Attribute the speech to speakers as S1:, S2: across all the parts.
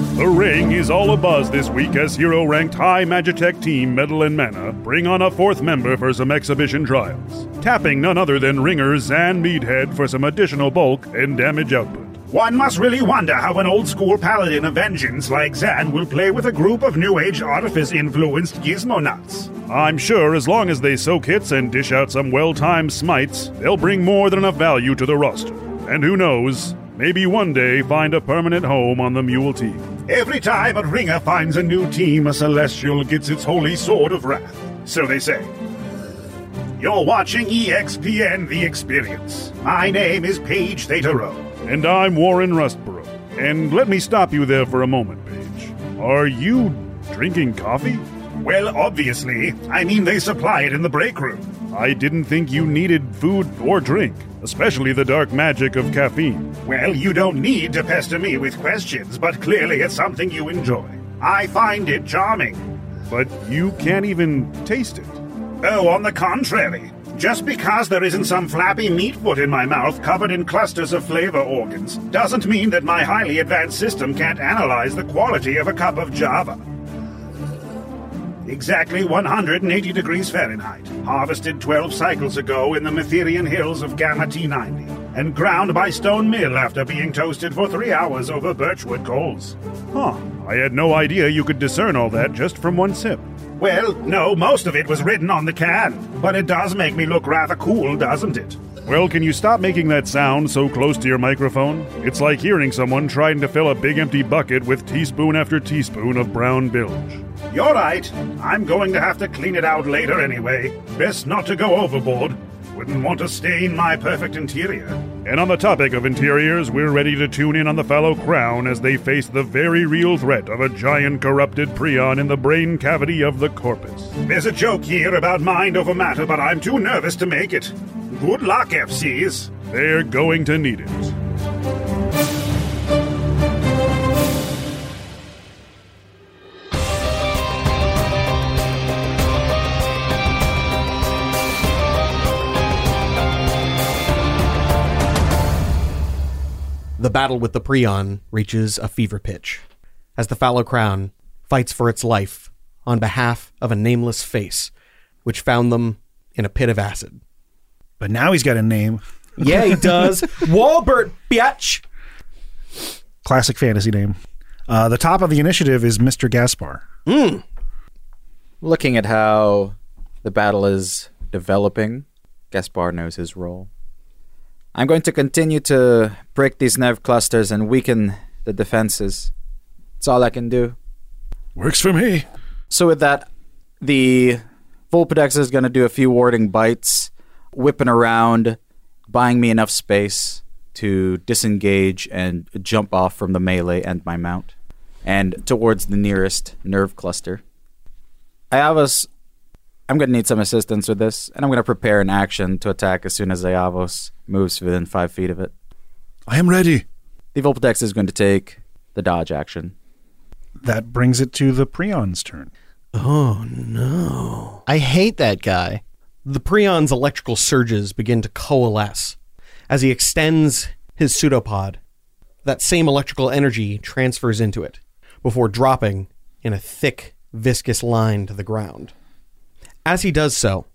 S1: Magiting is all abuzz this week as Hero ranked high Magitech team Metal and Mana bring on a fourth member for some exhibition trials, tapping none other than Ringers and Meathead for some additional bulk and damage output.
S2: One must really wonder how an old school paladin of vengeance like Zan will play with a group of New Age artifice influenced gizmonauts.
S1: I'm sure as long as they soak hits and dish out some well timed smites, they'll bring more than enough value to the roster. And who knows, maybe one day find a permanent home on the Mule team.
S2: Every time a ringer finds a new team, a celestial gets its holy sword of wrath. So they say. You're watching E EXPN The Experience. My name is Paige Theterow.
S1: And I'm Warren Rustborough. And let me stop you there for a moment, Paige. Are you drinking coffee?
S2: Well, obviously. I mean, they supply it in the break room.
S1: I didn't think you needed food or drink, especially the dark magic of caffeine.
S2: Well, you don't need to pester me with questions, but clearly it's something you enjoy. I find it charming.
S1: But you can't even taste it.
S2: Oh, on the contrary. Just because there isn't some flappy meat foot in my mouth covered in clusters of flavor organs doesn't mean that my highly advanced system can't analyze the quality of a cup of Java. Exactly 180 degrees Fahrenheit, harvested 12 cycles ago in the Metherian hills of Gamma T90, and ground by Stone Mill after being toasted for three hours over birchwood coals.
S1: Huh. I had no idea you could discern all that just from one sip.
S2: Well, no, most of it was written on the can, but it does make me look rather cool, doesn't it?
S1: Well, can you stop making that sound so close to your microphone? It's like hearing someone trying to fill a big empty bucket with teaspoon after teaspoon of brown bilge.
S2: You're right. I'm going to have to clean it out later anyway. Best not to go overboard. Wouldn't want to stain my perfect interior.
S1: And on the topic of interiors, we're ready to tune in on the fallow crown as they face the very real threat of a giant corrupted prion in the brain cavity of the corpus.
S2: There's a joke here about mind over matter, but I'm too nervous to make it. Good luck, FCs.
S1: They're going to need it.
S3: the battle with the Prion reaches a fever pitch as the Fallow Crown fights for its life on behalf of a nameless face, which found them in a pit of acid.
S4: But now he's got a name.
S3: Yeah, he does. Walbert, biatch.
S4: Classic fantasy name. Uh, the top of the initiative is Mr. Gaspar.
S3: Hmm.
S5: Looking at how the battle is developing, Gaspar knows his role. I'm going to continue to break these nerve clusters and weaken the defenses. That's all I can do.
S6: Works for me.
S5: So with that, the Vulpix is going to do a few warding bites, whipping around, buying me enough space to disengage and jump off from the melee and my mount, and towards the nearest nerve cluster. I have a. S- I'm going to need some assistance with this, and I'm going to prepare an action to attack as soon as Ayavos moves within five feet of it.
S6: I am ready.
S5: The Vulpix is going to take the dodge action.
S4: That brings it to the Prion's turn.
S3: Uh-huh.
S7: I hate that guy.
S3: The Prion's electrical surges begin to coalesce as he extends his pseudopod. That same electrical energy transfers into it before dropping in a thick, viscous line to the ground. As he does so,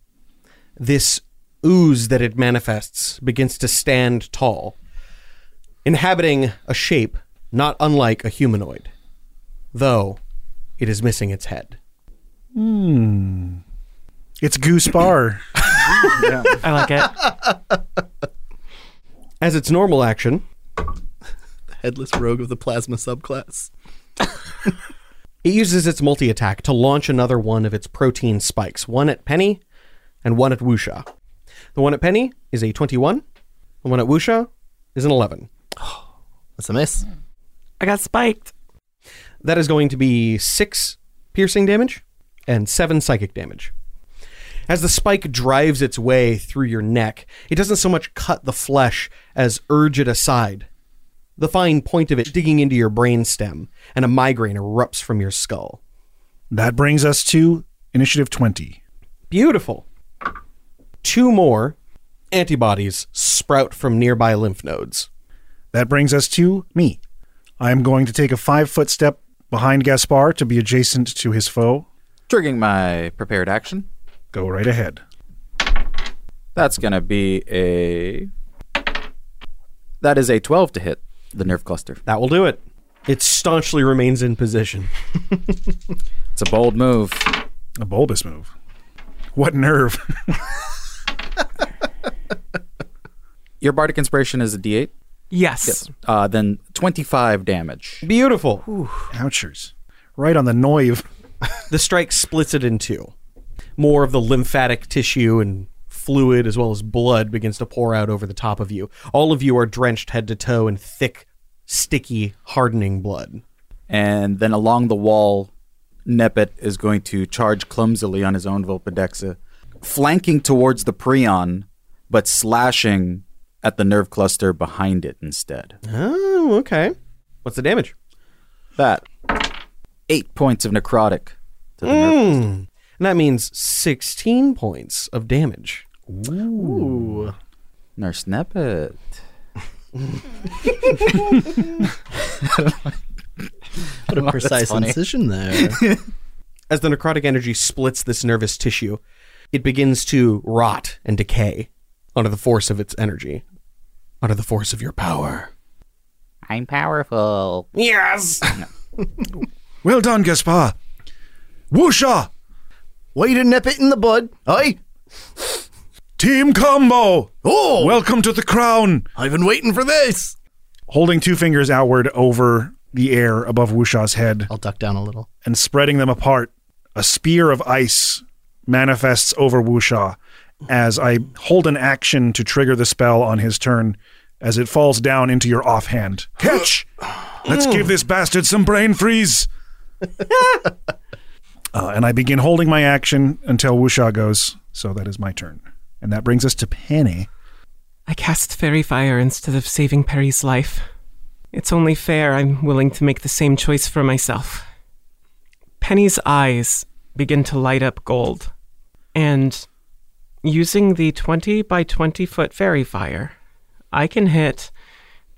S3: this ooze that it manifests begins to stand tall, inhabiting a shape not unlike a humanoid, though it is missing its head.
S4: Hmm. It's Goospar.
S8: I like it.
S3: As its normal action,
S7: Headless rogue of the plasma subclass.
S3: It uses its multi attack to launch another one of its protein spikes, one at Penny and one at Wusha. The one at Penny is a 21, the one at Wusha is an 11.
S7: That's a miss.
S8: I got spiked.
S3: That is going to be six piercing damage and seven psychic damage. As the spike drives its way through your neck, it doesn't so much cut the flesh as urge it aside. The fine point of it digging into your brain stem, and a migraine erupts from your skull.
S4: that brings us to initiative 20.
S3: Beautiful. Two more antibodies sprout from nearby lymph nodes.
S4: That brings us to me. I am going to take a five foot step behind Gaspar to be adjacent to his foe.
S5: Triggering my prepared action.
S4: Go right ahead.
S5: That's going to be a. That is a 12 to hit the nerve cluster.
S3: That will do it. It staunchly remains in position.
S5: It's a bold move.
S4: A bulbous move. What nerve?
S5: Your bardic inspiration is a d8.
S8: Yes.
S5: Uh, then 25 damage.
S3: Beautiful.
S4: Ouchers. Right on the noive.
S3: The strike splits it in two. More of the lymphatic tissue and fluid, as well as blood, begins to pour out over the top of you. All of you are drenched head to toe in thick, sticky, hardening blood.
S5: and then along the wall, Nepet is going to charge clumsily on his own Vulpidexa, flanking towards the prion, but slashing at the nerve cluster behind it instead.
S3: Oh, okay. What's the damage?
S5: That eight points of necrotic to the nerve.
S3: Hmm. And that means 16 points of damage.
S5: Nurse Nepet.
S7: What a precise incision there.
S3: As the necrotic energy splits this nervous tissue, it begins to rot and decay under the force of its energy, under the force of your power.
S5: I'm powerful.
S3: Yes!
S6: Well done, Gaspar. Whoosha!
S7: Way to nip it in the bud, eh? aye?
S6: Team combo!
S7: Oh,
S6: Welcome to the crown!
S7: I've been waiting for this.
S4: Holding two fingers outward over the air above Wusha's head
S7: I'll duck down a little.
S4: and spreading them apart, a spear of ice manifests over Wusha as I hold an action to trigger the spell on his turn as it falls down into your offhand.
S6: Catch! Let's give this bastard some brain freeze!
S4: Uh, and I begin holding my action until Wusha goes. So that is my turn. And that brings us to Penny.
S8: I cast Fairy Fire instead of saving Perry's life. It's only fair I'm willing to make the same choice for myself. Penny's eyes begin to light up gold, and using the 20 by 20 foot Fairy Fire, I can hit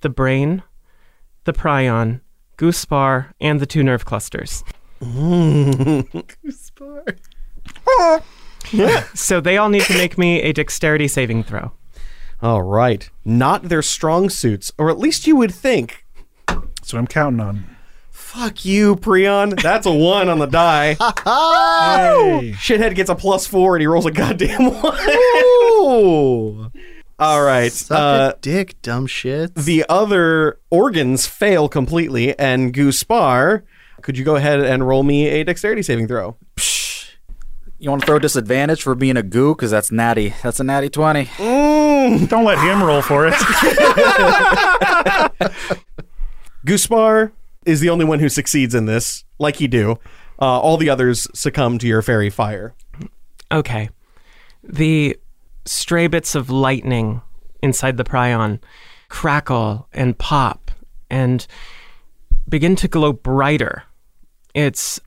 S8: the brain, the prion, goosebar, and the two nerve clusters. goosebar. so they all need to make me a dexterity saving throw.
S3: All right. Not their strong suits, or at least you would think.
S4: That's what I'm counting on.
S3: Fuck you, Prion. That's a one on the die. Shithead gets a plus four and he rolls a goddamn one. All right.
S7: Suck
S3: Uh,
S7: a dick, dumb shit.
S3: the other organs fail completely, and Goospar, could you go ahead and roll me a dexterity saving throw?
S5: You want to throw disadvantage for being a goo? Because that's natty. That's a natty 20.
S4: Don't let him roll for it.
S3: Goospar is the only one who succeeds in this, like you do. Uh, all the others succumb to your fairy fire.
S8: Okay. The stray bits of lightning inside the prion crackle and pop and begin to glow brighter. It's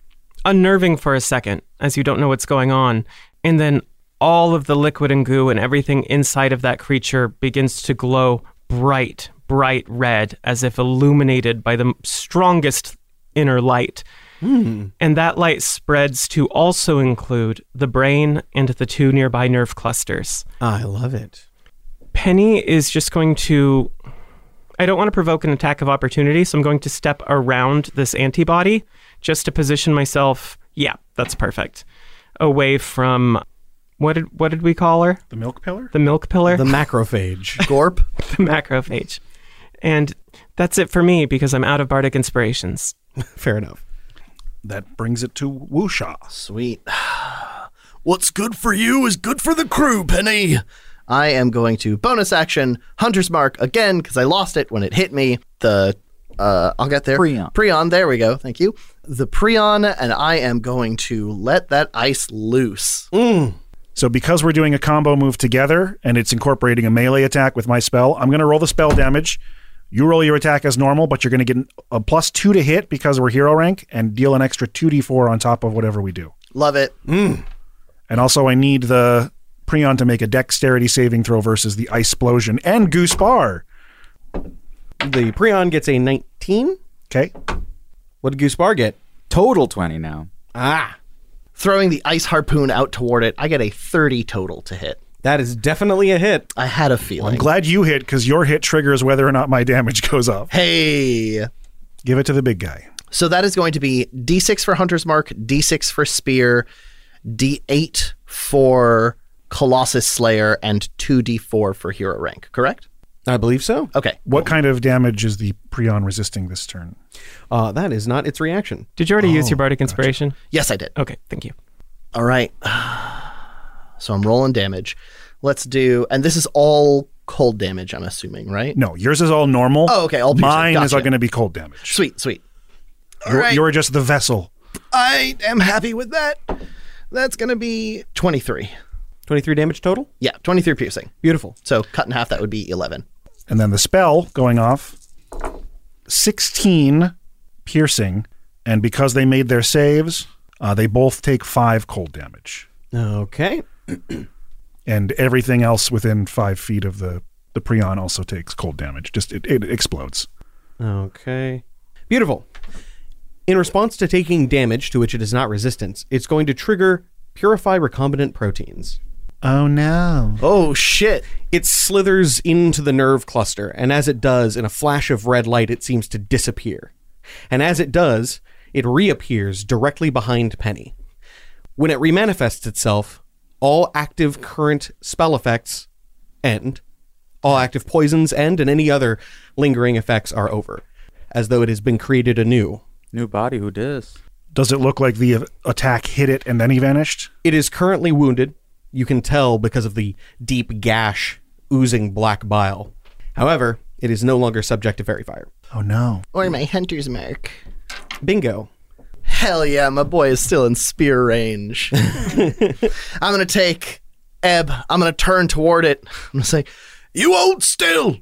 S8: unnerving for a second as you don't know what's going on. And then all of the liquid and goo and everything inside of that creature begins to glow bright, bright red as if illuminated by the m- strongest inner light.
S3: Hmm.
S8: And that light spreads to also include the brain and the two nearby nerve clusters.
S3: Ah, I love it.
S8: Penny is just going to. I don't want to provoke an attack of opportunity, so I'm going to step around this antibody just to position myself. Yeah, that's perfect. Away from what did what did we call her?
S4: the milk pillar?
S8: The milk pillar,
S3: The macrophage.
S7: Gorp.
S8: the macrophage, and that's it for me because I'm out of bardic inspirations.
S3: Fair enough.
S4: That brings it to Wusha.
S7: Sweet.
S6: What's good for you is good for the crew, Penny!
S7: I am going to bonus action Hunter's Mark again because I lost it when it hit me. The uh, I'll get there.
S5: Prion.
S7: Prion. There we go. Thank you. The Prion, and I am going to let that ice loose.
S4: So because we're doing a combo move together and it's incorporating a melee attack with my spell, I'm going to roll the spell damage. You roll your attack as normal, but you're going to get an- a plus two to hit because we're hero rank and deal an extra 2d4 on top of whatever we do.
S7: Love it.
S4: And also, I need the Prion to make a dexterity saving throw versus the ice explosion and Goose Bar.
S3: The prion gets a 19.
S4: Okay.
S3: What did Goose Bar get?
S5: Total 20 now.
S3: Ah,
S7: Throwing the ice harpoon out toward it, I get a 30 total to hit.
S3: that is definitely a hit.
S7: I had a
S4: I'm
S7: feeling.
S4: glad you hit because your hit triggers whether or not my damage goes up.
S7: hey.
S4: Give it to the big guy.
S7: So that is going to be D6 for Hunter's Mark, D6 for Spear, D8 for Colossus Slayer, and 2D4 for Hero Rank, correct?
S3: I believe so.
S7: Okay.
S4: What kind of damage is the Prion resisting this turn?
S3: Uh, that is not its reaction.
S8: Did you already use your bardic inspiration?
S7: Yes, I did.
S8: Okay, thank you.
S7: All right. So I'm rolling damage. Let's do, and this is all cold damage, I'm assuming, right?
S4: No, yours is all normal.
S7: Oh, okay, all piercing.
S4: Mine is all
S7: Gotcha.
S4: going to be cold damage.
S7: Sweet, sweet. All
S4: You're,
S7: right.
S4: you're just the vessel.
S7: I am happy with that. That's going to be 23.
S3: 23 damage total.
S7: Yeah, 23 piercing.
S3: Beautiful.
S7: So cut in half, that would be 11.
S4: And then the spell going off 16 piercing. And because they made their saves, uh, they both take five cold damage.
S3: Okay.
S4: And everything else within five feet of the, the Prion also takes cold damage. Just it, it explodes.
S3: Okay. Beautiful. In response to taking damage to which it is not resistance, it's going to trigger Purify Recombinant Proteins.
S4: Oh, no.
S7: Oh, shit.
S3: It slithers into the nerve cluster, and as it does, in a flash of red light, it seems to disappear. And as it does, it reappears directly behind Penny. When it remanifests itself, all active current spell effects end. All active poisons end, and any other lingering effects are over, as though it has been created anew.
S5: New body, who dis?
S4: Does it look like the attack hit it and then he vanished?
S3: It is currently wounded. You can tell because of the deep gash oozing black bile. However, it is no longer subject to fairy fire.
S4: Oh, no.
S7: Or my Hunter's Mark.
S3: Bingo.
S7: Hell yeah, my boy is still in spear range. I'm gonna take Ebb. I'm gonna turn toward it. I'm gonna say,
S6: You hold still.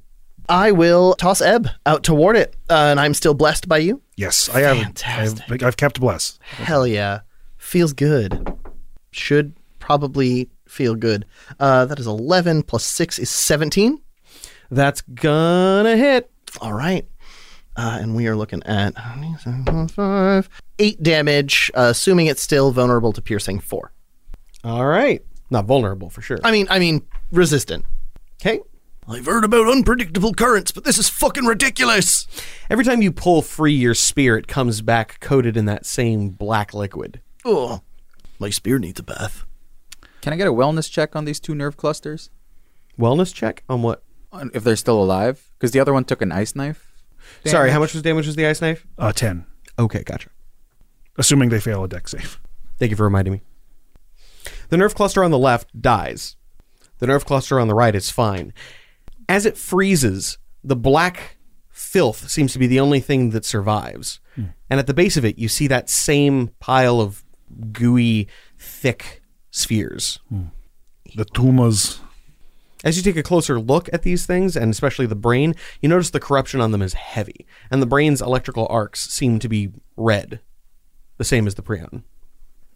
S7: I will toss Ebb out toward it, uh, and I'm still blessed by you.
S4: Yes, I have.
S7: Fantastic.
S4: I have I've kept bless.
S7: Hell yeah, feels good. Should probably feel good. Uh, that is 11 plus six is 17.
S3: That's gonna hit.
S7: All right. Uh, and we are looking at five, eight damage, uh, assuming it's still vulnerable to piercing four.
S3: All right. Not vulnerable for sure.
S7: I mean, I mean, resistant.
S3: Okay.
S6: I've heard about unpredictable currents, but this is fucking ridiculous.
S3: Every time you pull free your spear, it comes back coated in that same black liquid.
S6: Oh, my spear needs a bath.
S5: Can I get a wellness check on these two nerve clusters?
S3: Wellness check on what?
S5: On- If they're still alive? Because the other one took an ice knife.
S3: Sorry, how much was damage was the ice knife?
S4: Uh, 10,
S3: Okay, gotcha.
S4: assuming they fail a deck save.
S3: Thank you for reminding me. The nerve cluster on the left dies. The nerve cluster on the right is fine. As it freezes, the black filth seems to be the only thing that survives.
S4: Hmm.
S3: And at the base of it, you see that same pile of gooey, thick spheres.
S4: Hmm. The tumors.
S3: As you take a closer look at these things, and especially the brain, you notice the corruption on them is heavy, and the brain's electrical arcs seem to be red, the same as the prion.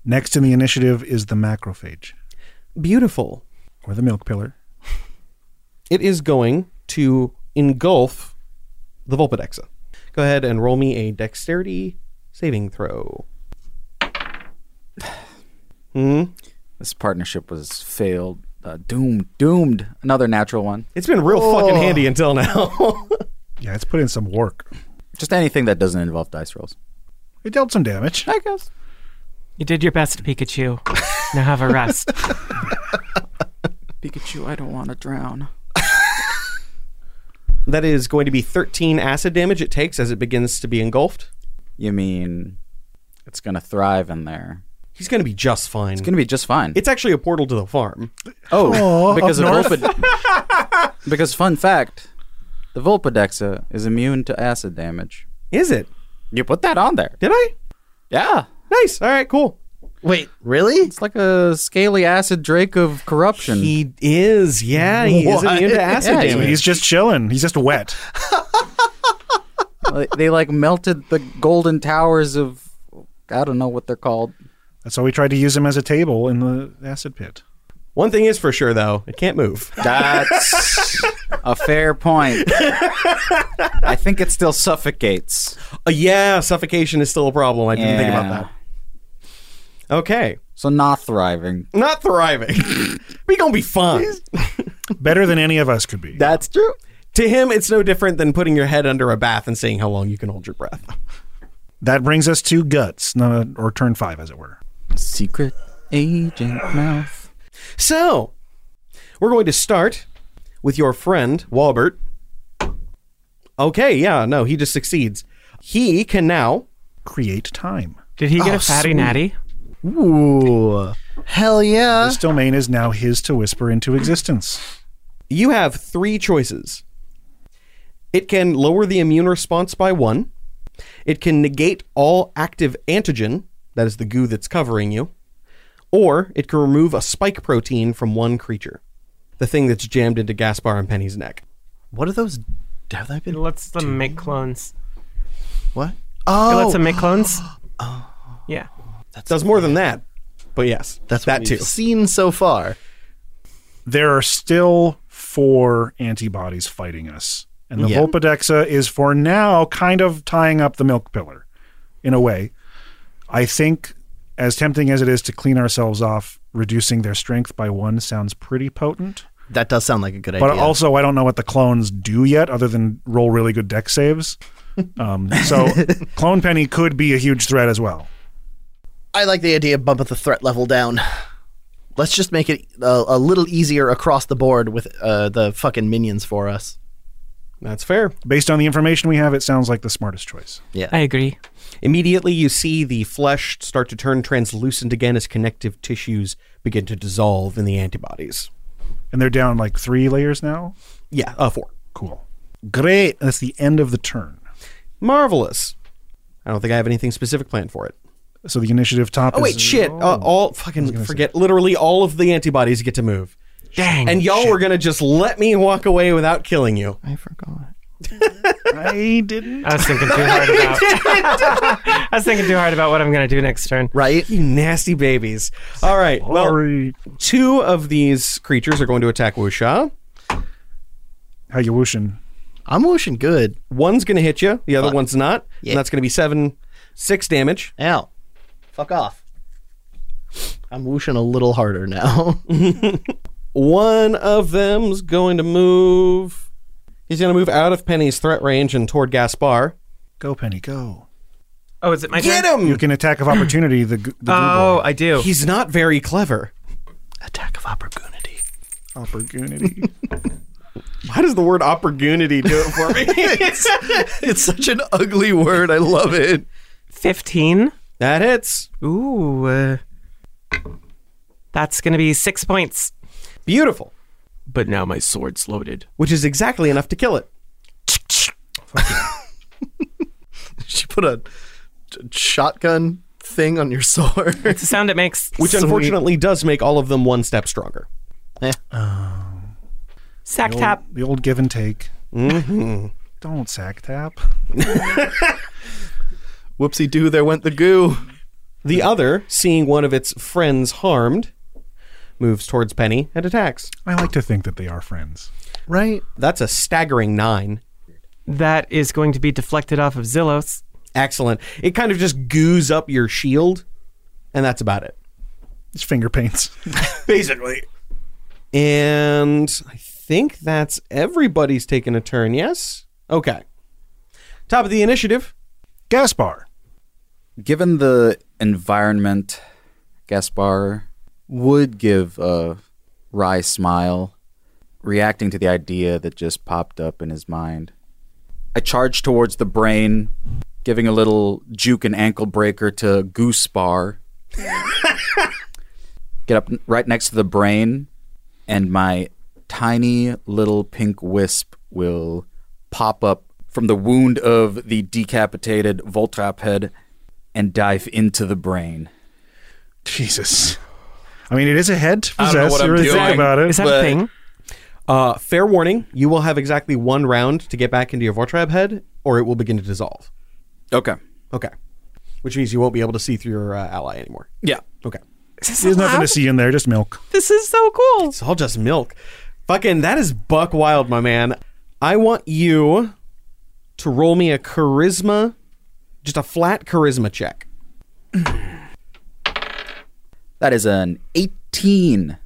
S4: Next in the initiative is the macrophage,
S3: Beautiful.
S4: or the milk pillar.
S3: It is going to engulf the Vulpidexa. Go ahead and roll me a dexterity saving throw. Hmm.
S5: This partnership was failed. Uh, doomed. Doomed. Another natural one.
S3: It's been real fucking handy until now.
S4: Oh. Yeah, it's put in some work.
S5: Just anything that doesn't involve dice rolls.
S4: It dealt some damage.
S5: I guess.
S8: You did your best, Pikachu. now have a rest.
S5: Pikachu, I don't want to drown.
S3: that is going to be 13 acid damage it takes as it begins to be engulfed.
S5: You mean it's going to thrive in there?
S3: He's going to be just fine.
S5: It's going to be just fine.
S3: It's actually a portal to the farm.
S5: Oh, because of
S4: up
S5: Vulpid- because fun fact, the Vulpidexa is immune to acid damage.
S3: Is it?
S5: You put that on there.
S3: Did I?
S5: Yeah.
S3: Nice. All right, cool.
S7: Wait, really?
S5: It's like a scaly acid drake of corruption.
S3: He is, yeah, he is immune to acid
S5: Yeah,
S3: damage.
S4: He's just chilling. He's just wet.
S5: Like, they like melted the golden towers of I don't know what they're called.
S4: That's why we tried to use him as a table in the acid pit.
S3: One thing is for sure, though, it can't move.
S5: That's A fair point. I think it still suffocates.
S3: Uh, yeah, suffocation is still a problem. I didn't think about
S5: Yeah.
S3: that. Okay.
S5: So not thriving.
S3: Not thriving. we gonna be fine.
S4: Better than any of us could be.
S3: That's true. To him, it's no different than putting your head under a bath and seeing how long you can hold your breath.
S4: That brings us to guts, no, or turn five, as it were.
S5: Secret agent mouth.
S3: So, we're going to start with your friend, Walbert. Okay, yeah, no, he just succeeds. He can now. Oh,
S4: Create time.
S8: Did he
S4: Oh,
S8: get a fatty natty?
S7: Ooh. Hell yeah.
S4: This domain is now his to whisper into existence.
S3: You have three choices. It can lower the immune response by one. It can negate all active antigen, that is the goo that's covering you. Or it can remove a spike protein from one creature, the thing that's jammed into Gaspar and Penny's neck.
S7: What are those? Have they been?
S8: It lets them make clones.
S7: What?
S8: It
S7: Oh,
S8: lets them make clones. Yeah.
S3: Does more than that, but yes,
S7: that's
S3: that
S7: what
S3: too.
S7: we've seen so far.
S4: There are still four antibodies fighting us. And the
S7: Yeah.
S4: Vulpadexa is for now kind of tying up the milk pillar in a way. I think, as tempting as it is to clean ourselves off, reducing their strength by one sounds pretty potent.
S7: That does sound like a good
S4: But
S7: idea.
S4: also, I don't know what the clones do yet, other than roll really good deck saves. Um, so, Clone Penny could be a huge threat as well.
S7: I like the idea of bumping the threat level down. Let's just make it a, a little easier across the board with uh, the fucking minions for us.
S3: That's fair.
S4: Based on the information we have, it sounds like the smartest choice.
S8: I agree.
S3: Immediately, you see the flesh start to turn translucent again as connective tissues begin to dissolve in the antibodies.
S4: And they're down like three layers now.
S3: Yeah, uh, four.
S4: Cool. Great. That's the end of the turn.
S3: Marvelous. I don't think I have anything specific planned for it.
S4: So the initiative top.
S3: Oh
S4: is
S3: wait, shit! Uh, all fucking forget. Literally, all of the antibodies get to move,
S8: Dang.
S3: and y'all were gonna just let me walk away without killing you.
S7: I forgot.
S4: I didn't.
S8: I was thinking too hard about. I was thinking too hard about what I'm gonna do next turn.
S7: Right?
S3: You nasty babies. All right. Well,
S4: Sorry.
S3: two of these creatures are going to attack Wusha.
S4: How you whooshing?
S7: I'm whooshing good.
S3: One's going to hit you. The other one's not.
S7: Yeah.
S3: And that's going to be seven, six damage.
S7: Ow. Fuck off. I'm whooshing a little harder now.
S3: One of them's going to move. He's going to move out of Penny's threat range and toward Gaspar.
S4: Go, Penny. Go.
S8: Oh, is it my
S3: Get
S8: turn?
S4: You
S3: him!
S4: can attack of opportunity. The, g- the
S8: Oh, I do.
S3: He's not very clever.
S7: Attack of opportunity.
S4: Google opportunity.
S3: Why does the word opportunity do it for me?
S7: It's such an ugly word. I love it.
S8: Fifteen.
S3: that hits.
S8: Ooh. Uh, that's gonna be six points.
S3: Beautiful.
S8: But now my sword's loaded.
S3: Which is exactly enough to kill it.
S7: She put a t- shotgun thing on your sword.
S8: It's the sound it makes.
S3: Which
S7: Sweet.
S3: unfortunately does make all of them one step stronger. Eh.
S8: Sack
S4: Uh, the, old,
S8: tap.
S4: the old give and take.
S3: Mm-hmm.
S4: Don't sack tap.
S7: Whoopsie doo, there went the goo.
S3: The other, seeing one of its friends harmed, moves towards Penny and attacks.
S4: I like to think that they are friends.
S7: Right?
S3: That's a staggering nine.
S8: That is going to be deflected off of Zillos.
S3: Excellent. It kind of just goos up your shield, and that's about it.
S4: It's finger paints.
S3: Basically. And I think that's everybody's taken a turn, yes? Okay. Top of the initiative.
S4: Gaspar.
S5: Given the environment, Gaspar would give a wry smile, reacting to the idea that just popped up in his mind. I charge towards the brain, giving a little juke and ankle breaker to Goospar. Get up n- right next to the brain, and my tiny little pink wisp will pop up from the wound of the decapitated Voltrap head and dive into the brain.
S4: Jesus. I mean, it is a head to
S5: I don't know what
S4: possess. You
S5: I'm
S4: really think
S5: doing.
S4: about it.
S8: Is that a
S5: But-
S8: thing?
S3: Uh, fair warning, you will have exactly one round to get back into your Vortrab head, or it will begin to dissolve.
S5: Okay.
S3: Okay. Which means you won't be able to see through your uh, ally anymore.
S5: Yeah.
S3: Okay.
S8: Is this
S4: There's nothing
S8: allowed?
S4: to see in there, just milk.
S8: This is so cool.
S3: It's all just milk. Fucking, that is buck wild, my man. I want you to roll me a charisma, just a flat charisma check.
S5: That is an 18.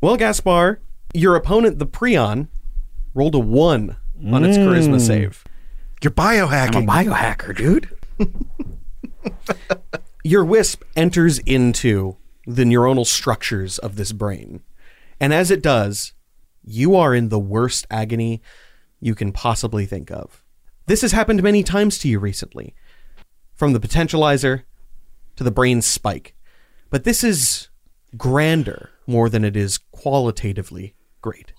S3: Well, Gaspar, your opponent, the Prion, rolled a one on its
S4: Mm.
S3: charisma
S5: Mm.
S3: save.
S4: You're biohacking.
S5: Biohacker, dude.
S3: Your wisp enters into the neuronal structures of this brain. And as it does, you are in the worst agony you can possibly think of. This has happened many times to you recently, from the potentializer to the brain spike. But this is grander more than it is qualitatively great.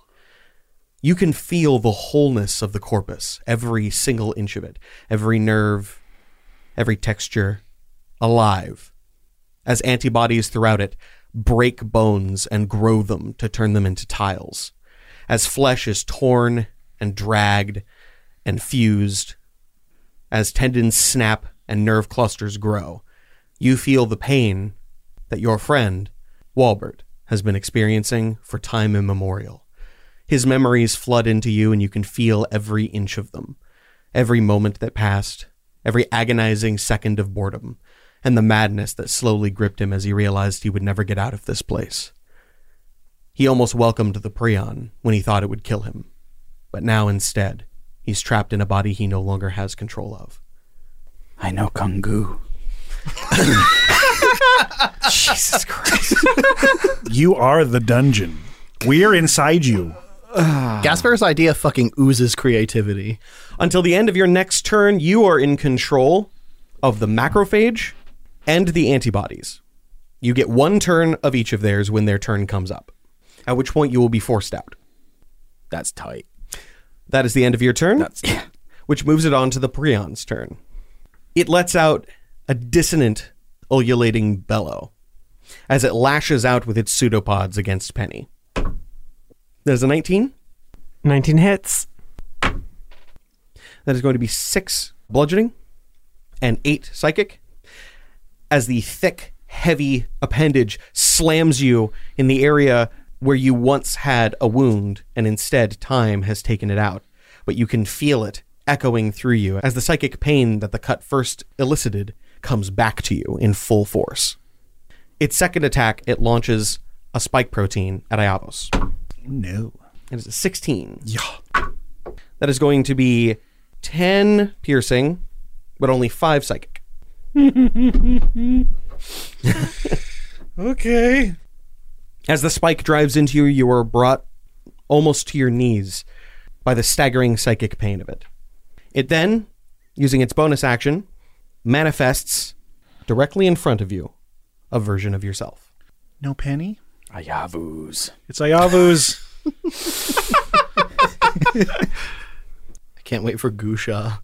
S3: You can feel the wholeness of the corpus, every single inch of it, every nerve, every texture, alive, as antibodies throughout it break bones and grow them to turn them into tiles, as flesh is torn and dragged and fused, as tendons snap and nerve clusters grow. You feel the pain that your friend, Walbert, has been experiencing for time immemorial. His memories flood into you, and you can feel every inch of them, every moment that passed, every agonizing second of boredom, and the madness that slowly gripped him as he realized he would never get out of this place. He almost welcomed the prion when he thought it would kill him, but now instead, he's trapped in a body he no longer has control of.
S5: I know Kung Gu.
S3: Jesus Christ.
S4: You are the dungeon. We're inside you.
S7: Gaspar's idea fucking oozes creativity.
S3: Until the end of your next turn, you are in control of the macrophage and the antibodies. You get one turn of each of theirs when their turn comes up, at which point you will be forced out.
S5: That's tight.
S3: That is the end of your turn,
S5: That's yeah.
S3: which moves it on to the Prion's turn. It lets out a dissonant, ululating bellow as it lashes out with its pseudopods against Penny. There's a 19.
S8: 19 hits.
S3: That is going to be six bludgeoning and eight psychic. As the thick, heavy appendage slams you in the area where you once had a wound, and instead time has taken it out. But you can feel it echoing through you as the psychic pain that the cut first elicited comes back to you in full force. Its second attack, it launches a spike protein at Iavos.
S4: No.
S3: It is a 16. Yeah. That is going to be 10 piercing, but only 5 psychic.
S4: Okay.
S3: As the spike drives into you, you are brought almost to your knees by the staggering psychic pain of it. It then, using its bonus action, manifests directly in front of you a version of yourself.
S4: No penny.
S5: Ayavus.
S4: It's Ayavu's.
S7: I can't wait for Gusha.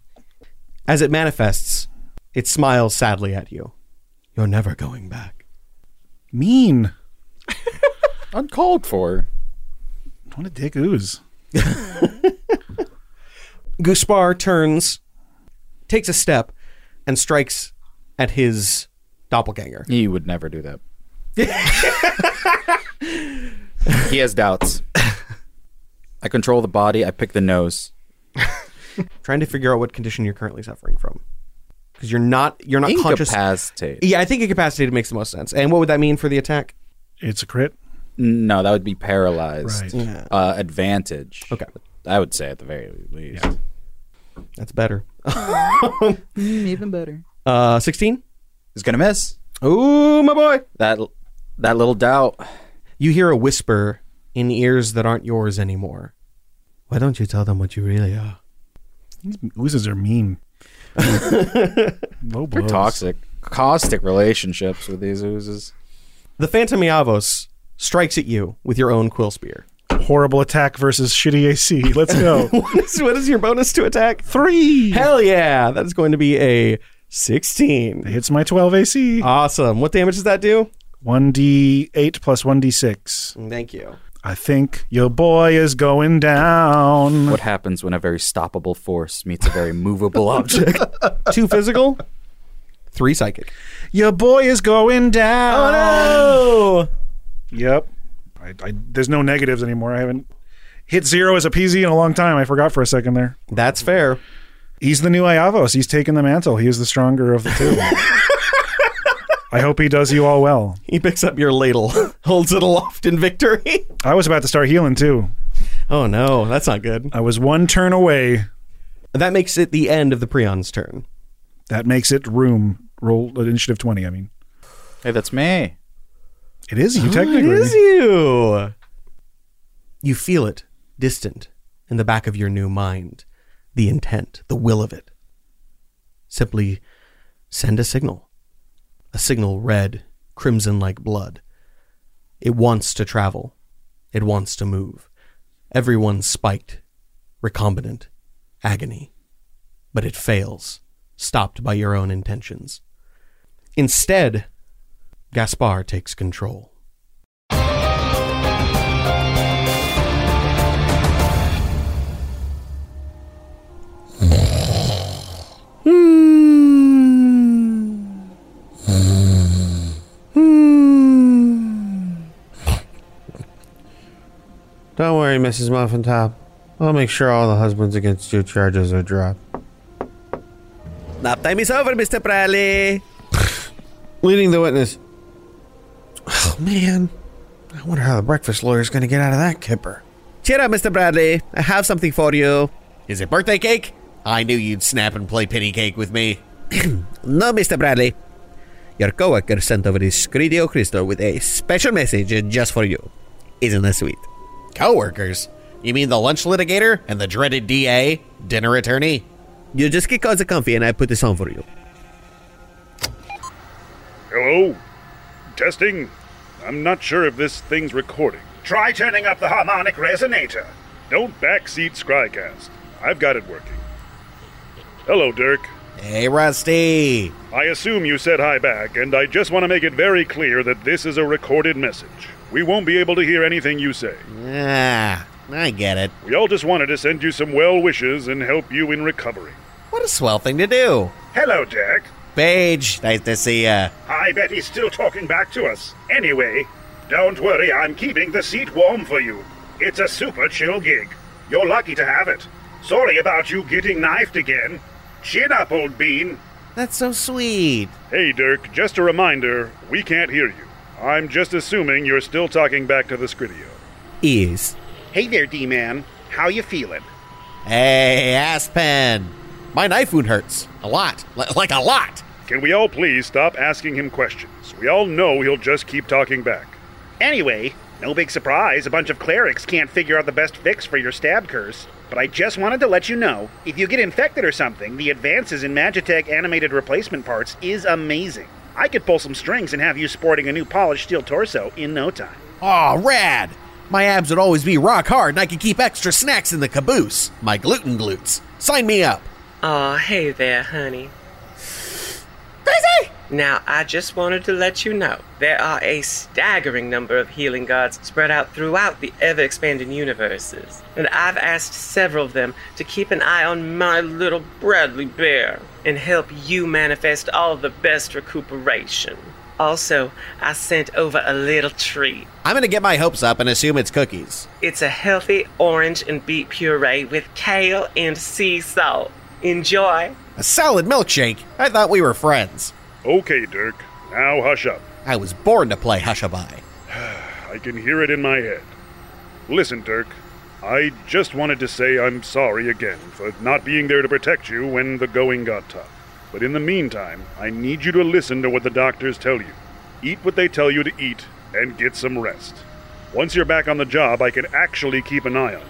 S3: As it manifests, it smiles sadly at you. You're never going back.
S4: mean.
S5: Uncalled for.
S4: What a dick ooze.
S3: Guspar turns, takes a step, and strikes at his doppelganger.
S5: He would never do that. he has doubts. I control the body. I pick the nose.
S3: trying to figure out what condition you're currently suffering from because you're not you're not conscious
S5: Incapacitate.
S3: yeah i think incapacitated makes the most sense and what would that mean for the attack
S4: It's a crit.
S5: No, that would be paralyzed.
S4: Right.
S5: Uh, advantage.
S3: Okay.
S5: I would say at the very least.
S3: that's better even better uh 16
S5: It's gonna miss
S3: oh my boy
S5: that. That little doubt.
S3: you hear a whisper in ears that aren't yours anymore why don't you tell them what you really are
S4: These oozes are mean. Low blows.
S5: Toxic, caustic relationships with these oozes.
S3: the phantom Iavos strikes at you with your own quill spear
S4: Horrible attack versus shitty AC. Let's go.
S3: what, is, what is your bonus to attack
S4: Three.
S3: hell yeah that is going to be a 16
S4: Hits my 12 AC.
S3: awesome what damage does that do
S4: 1d8 plus 1d6.
S3: thank you
S4: I think your boy is going down.
S5: What happens when a very stoppable force meets a very movable object?
S3: two physical, three psychic.
S4: Your boy is going down.
S3: Oh,
S4: Yep. I, I, there's no negatives anymore. I haven't hit zero as a PZ in a long time. I forgot for a second there.
S9: That's fair.
S4: He's the new Iavos. He's taken the mantle. He is the stronger of the two. I hope he does you all well.
S9: He picks up your ladle, holds it aloft in victory.
S4: I was about to start healing too.
S9: oh no, that's not good.
S4: I was one turn away.
S9: That makes it the end of the Prion's turn.
S4: That makes it room. Roll uh, initiative 20, I mean.
S5: Hey, that's me.
S4: It is you,
S9: Oh, It
S4: technically.
S9: is you. You feel it distant in the back of your new mind, the intent, the will of it. Simply send a signal. A signal red, crimson like blood. It wants to travel. It wants to move. Everyone spiked, recombinant, agony. But it fails, stopped by your own intentions. Instead, Gaspar takes control.
S3: Don't worry, Mrs. Muffin Top. I'll make sure all the husbands against you charges are dropped.
S9: Nap time is over, Mr. Bradley.
S3: Leading the witness. Oh, man. I wonder how the breakfast lawyer's going to get out of that kipper.
S9: Cheer up, Mr. Bradley. I have something for you. Is it birthday cake? I knew you'd snap and play penny cake with me. no, Mr. Bradley. Your coworker sent over this Scridio Cristo with a special message just for you. Isn't that sweet? Coworkers? You mean the lunch litigator and the dreaded DA, dinner attorney? You just get cozy comfy and I put this on for you.
S1: Hello? Testing? I'm not sure if this thing's recording.
S2: Try turning up the harmonic resonator.
S1: Don't backseat Scrycast. I've got it working. Hello, Dirk.
S9: Hey, Rusty.
S1: I assume you said hi back, and I just want to make it very clear that this is a recorded message. We won't be able to hear anything you say.
S9: Ah, I get it.
S1: We all just wanted to send you some well wishes and help you in recovery.
S9: What a swell thing to do.
S2: Hello, Dirk.
S9: Paige, nice to see ya.
S2: I bet he's still talking back to us. Anyway, don't worry, I'm keeping the seat warm for you. It's a super chill gig. You're lucky to have it. Sorry about you getting knifed again. Chin up, old bean.
S9: That's so sweet.
S1: Hey, Dirk, just a reminder we can't hear you. I'm just assuming you're still talking back to the Scridio.
S9: Is.
S2: Hey there, D-Man. How you feeling?
S9: Hey, Aspen. My knife wound hurts. A lot. L- Uh, like a lot.
S1: Can we all please stop asking him questions? We all know he'll just keep talking back.
S2: Anyway, no big surprise, a bunch of clerics can't figure out the best fix for your stab curse. But I just wanted to let you know if you get infected or something, the advances in Magitech animated replacement parts is amazing. I could pull some strings and have you sporting a new polished steel torso in no time.
S9: Aw, rad. My abs would always be rock hard, and I could keep extra snacks in the caboose. My gluten glutes. Sign me up.
S8: Aw, hey there, honey.
S9: Daisy!
S8: Now, I just wanted to let you know there are a staggering number of healing gods spread out throughout the ever expanding universes, and I've asked several of them to keep an eye on my little Bradley Bear and help you manifest all the best recuperation. Also, I sent over a little treat.
S9: I'm gonna get my hopes up and assume it's cookies.
S8: It's a healthy orange and beet puree with kale and sea salt. Enjoy!
S9: A salad milkshake? I thought we were friends.
S1: Okay, Dirk, now hush up.
S9: I was born to play hushaby.
S1: I can hear it in my head. Listen, Dirk, I just wanted to say I'm sorry again for not being there to protect you when the going got tough. But in the meantime, I need you to listen to what the doctors tell you. Eat what they tell you to eat and get some rest. Once you're back on the job, I can actually keep an eye on you.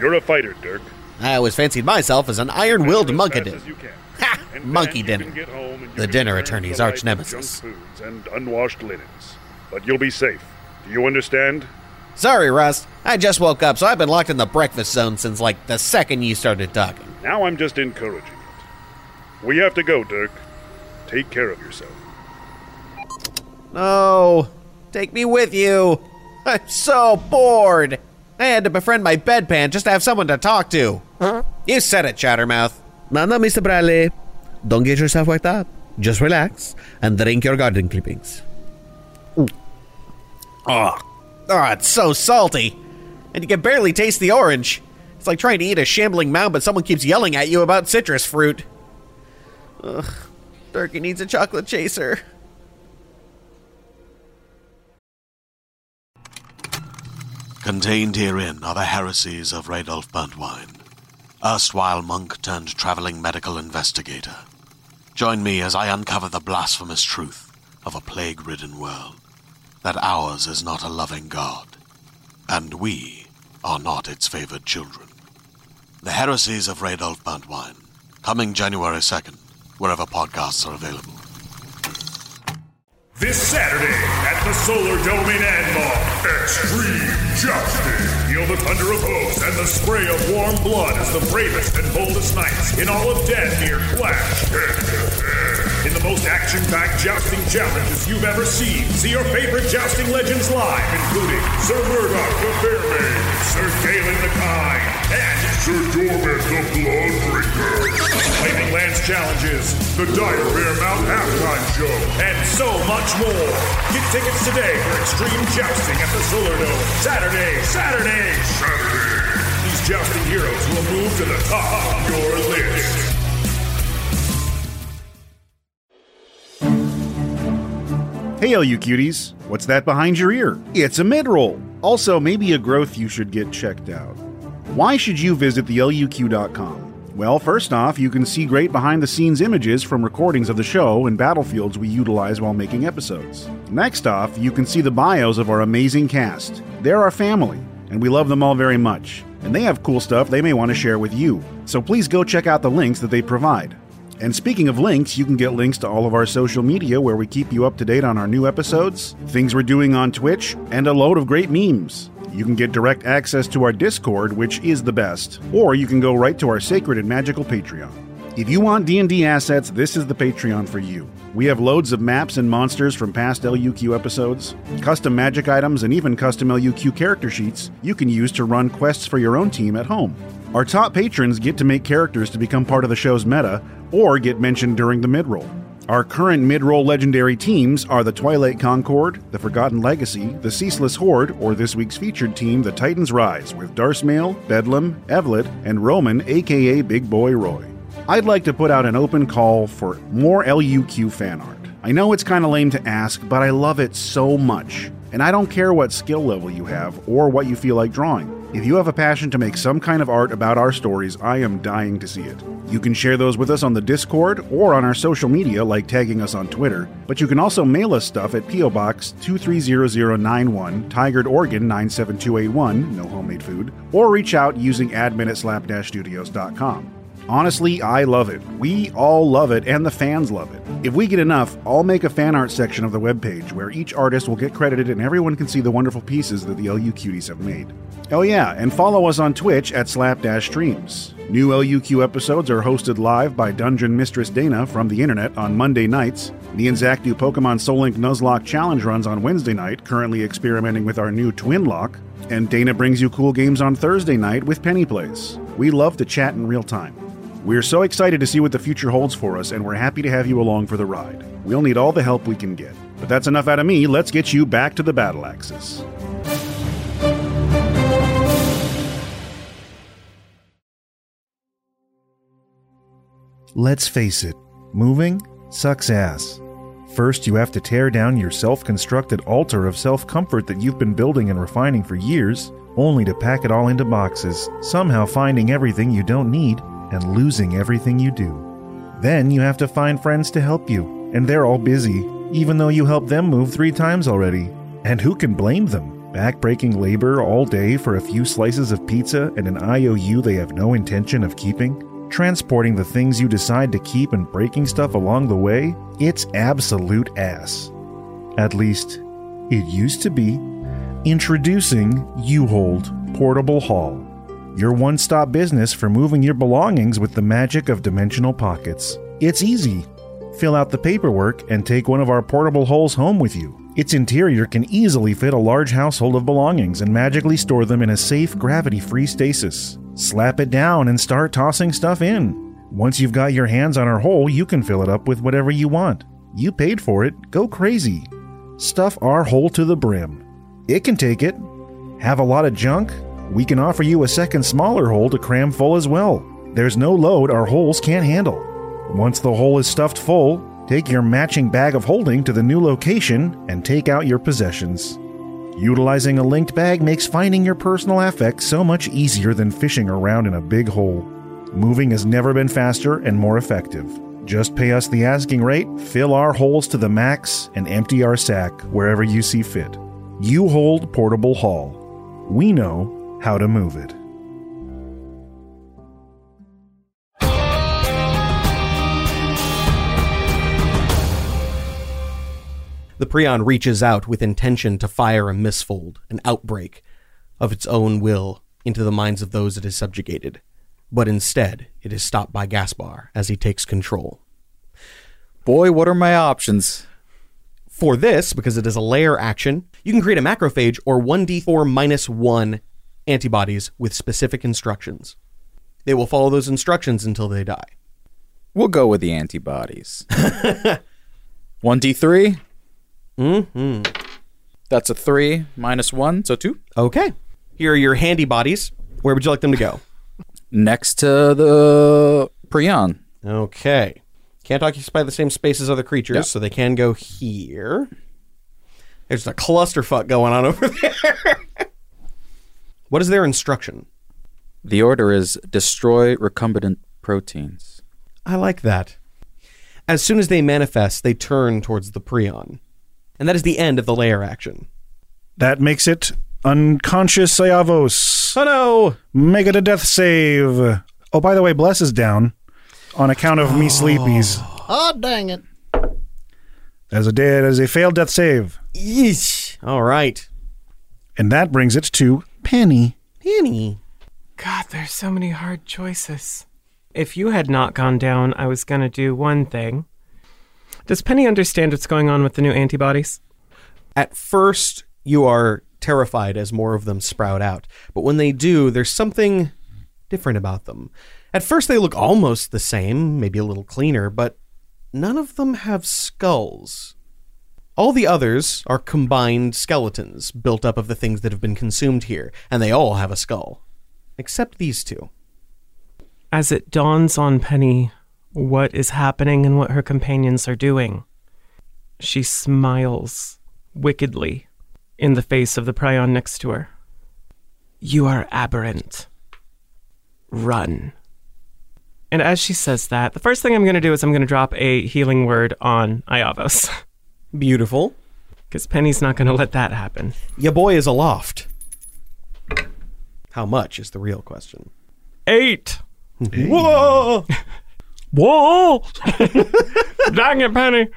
S1: You're a fighter, Dirk.
S9: I always fancied myself as an iron-willed
S1: As fast
S9: monkadin.
S1: as you can.
S9: Ha!
S1: And then
S9: Monkey
S1: you
S9: dinner.
S1: can get home and you
S9: The
S1: can
S9: dinner
S1: return to
S9: attorney's
S1: the life
S9: arch
S1: of
S9: nemesis.
S1: Junk foods and unwashed linens. But you'll be safe. Do you understand?
S9: Sorry, Rust. I just woke up, so I've been locked in the breakfast zone since like the second you started talking.
S1: Now I'm just encouraging it. We have to go, Dirk. Take care of yourself.
S9: No, take me with you. I'm so bored. I had to befriend my bedpan just to have someone to talk to. You said it, Chattermouth.
S3: No, no, Mr. Bradley. Don't get yourself worked up. Just relax and drink your garden clippings. Ah,
S9: Oh, it's so salty.
S3: and you can barely taste the orange. It's like trying to eat a shambling mound, but someone keeps yelling at you about citrus fruit. Ugh, Turkey needs a chocolate chaser.
S6: Contained herein are the heresies of Radolf Burntwine, erstwhile monk turned traveling medical investigator. Join me as I uncover the blasphemous truth of a plague ridden world that ours is not a loving God, and we are not its favored children. The heresies of Radolf Burntwine, coming January 2nd, wherever podcasts are available.
S10: This Saturday at the Solar Dome in Anmar, Extreme Justice. Feel the thunder of hoofs and the spray of warm blood as the bravest and boldest knights in all of Dead here clash. In the most action-packed jousting challenges you've ever seen, see your favorite jousting legends live, including Sir Murdoch the Fairmaid, Sir Galen the Kind, and Sir Dormant the Bloodbringer. Flaming Lance challenges, the Dire Bear Mount halftime show, and so much more. Get tickets today for Extreme Jousting at the Solar Dome. Saturday, Saturday, Saturday. These jousting heroes will move to the top of your list.
S2: Hey, all you cuties. What's that behind your ear? It's a midroll. Also, maybe a growth you should get checked out. Why should you visit theluq.com? Well, first off, you can see great behind the scenes images from recordings of the show and battlefields we utilize while making episodes. Next off, you can see the bios of our amazing cast. They're our family, and we love them all very much. And they have cool stuff they may want to share with you. So please go check out the links that they provide. And speaking of links, you can get links to all of our social media where we keep you up to date on our new episodes, things we're doing on Twitch, and a load of great memes. You can get direct access to our Discord, which is the best, or you can go right to our sacred and magical Patreon. If you want D&D assets, this is the Patreon for you. We have loads of maps and monsters from past LUQ episodes, custom magic items, and even custom LUQ character sheets you can use to run quests for your own team at home. Our top patrons get to make characters to become part of the show's meta or get mentioned during the midroll. Our current midroll legendary teams are the Twilight Concord, the Forgotten Legacy, the Ceaseless Horde, or this week's featured team, the Titans Rise, with Darsmail, Bedlam, Evlet, and Roman, aka Big Boy Roy. I'd like to put out an open call for more LUQ fan art. I know it's kind of lame to ask, but I love it so much. And I don't care what skill level you have or what you feel like drawing. If you have a passion to make some kind of art about our stories, I am dying to see it. You can share those with us on the Discord or on our social media, like tagging us on Twitter, but you can also mail us stuff at P.O. Box 230091, Tigard, Oregon 97281, no homemade food, or reach out using admin at slap-studios.com. Honestly, I love it. We all love it, and the fans love it. If we get enough, I'll make a fan art section of the webpage where each artist will get credited and everyone can see the wonderful pieces that the LU Cuties have made. Oh, yeah, and follow us on Twitch at Slapdash Streams. New LUQ episodes are hosted live by Dungeon Mistress Dana from the internet on Monday nights. Me and Zach do Pokemon Soul Link Nuzlocke challenge runs on Wednesday night, currently experimenting with our new Twin Lock. And Dana brings you cool games on Thursday night with Penny Plays. We love to chat in real time. We're so excited to see what the future holds for us, and we're happy to have you along for the ride. We'll need all the help we can get. But that's enough out of me. Let's get you back to the battle axis.
S4: Let's face it, moving sucks ass. First, you have to tear down your self constructed altar of self comfort that you've been building and refining for years, only to pack it all into boxes, somehow finding everything you don't need and losing everything you do. Then you have to find friends to help you, and they're all busy, even though you helped them move three times already. And who can blame them? Backbreaking labor all day for a few slices of pizza and an IOU they have no intention of keeping? Transporting the things you decide to keep and breaking stuff along the way? It's absolute ass. At least, it used to be. Introducing U-Hold Portable Haul, your one-stop business for moving your belongings with the magic of dimensional pockets. It's easy. Fill out the paperwork and take one of our portable holes home with you. Its interior can easily fit a large household of belongings and magically store them in a safe, gravity free stasis. Slap it down and start tossing stuff in. Once you've got your hands on our hole, you can fill it up with whatever you want. You paid for it, go crazy. Stuff our hole to the brim. It can take it. Have a lot of junk?
S11: We can offer you a second smaller hole to cram full as well. There's no load our holes can't handle. Once the hole is stuffed full, take your matching bag of holding to the new location and take out your possessions. Utilizing a linked bag makes finding your personal effects so much easier than fishing around in a big hole. Moving has never been faster and more effective. Just pay us the asking rate, fill our holes to the max, and empty our sack wherever you see fit. You hold portable haul. We know how to move it.
S3: The prion reaches out with intention to fire a misfold, an outbreak, of its own will into the minds of those it has subjugated. But instead, it is stopped by Gaspar as he takes control.
S5: Boy, what are my options?
S3: For this, because it is a layer action, you can create a macrophage or 1d4 minus 1 antibodies with specific instructions. They will follow those instructions until they die.
S5: We'll go with the antibodies. 1d3.
S3: Mm-hmm.
S5: That's a 3 minus 1, so 2.
S3: Okay. Here are your handy bodies. Where would you like them to go?
S5: Next to the prion.
S3: Okay. Can't occupy the same space as other creatures,
S5: Yeah.
S3: so they can go here. There's a clusterfuck going on over there. what is their instruction?
S5: The order is destroy recumbent proteins.
S3: I like that. As soon as they manifest, they turn towards the prion. And that is the end of the layer action.
S4: That makes it unconscious Sayavos.
S3: Oh no!
S4: Make it a death save. Oh, by the way, Bless is down on account of me sleepies.
S7: Oh, dang it.
S4: As a dead as a failed death save.
S3: Yeesh. All right.
S4: And that brings it to Penny.
S3: Penny.
S8: God, there's so many hard choices. If you had not gone down, I was going to do one thing. Does Penny understand what's going on with the new antibodies?
S3: At first, you are terrified as more of them sprout out. But when they do, there's something different about them. At first, they look almost the same, maybe a little cleaner, but none of them have skulls. All the others are combined skeletons built up of the things that have been consumed here, and they all have a skull. Except these two.
S8: As it dawns on Penny what is happening and what her companions are doing, she smiles wickedly in the face of the prion next to her. You are aberrant. Run. And as she says that, the first thing I'm going to do is I'm going to drop a healing word on Iavos.
S3: Beautiful.
S8: Because Penny's not going to let that happen.
S3: Your boy is aloft. How much is the real question?
S8: Eight.
S3: Whoa!
S8: Whoa! Dang it, Penny.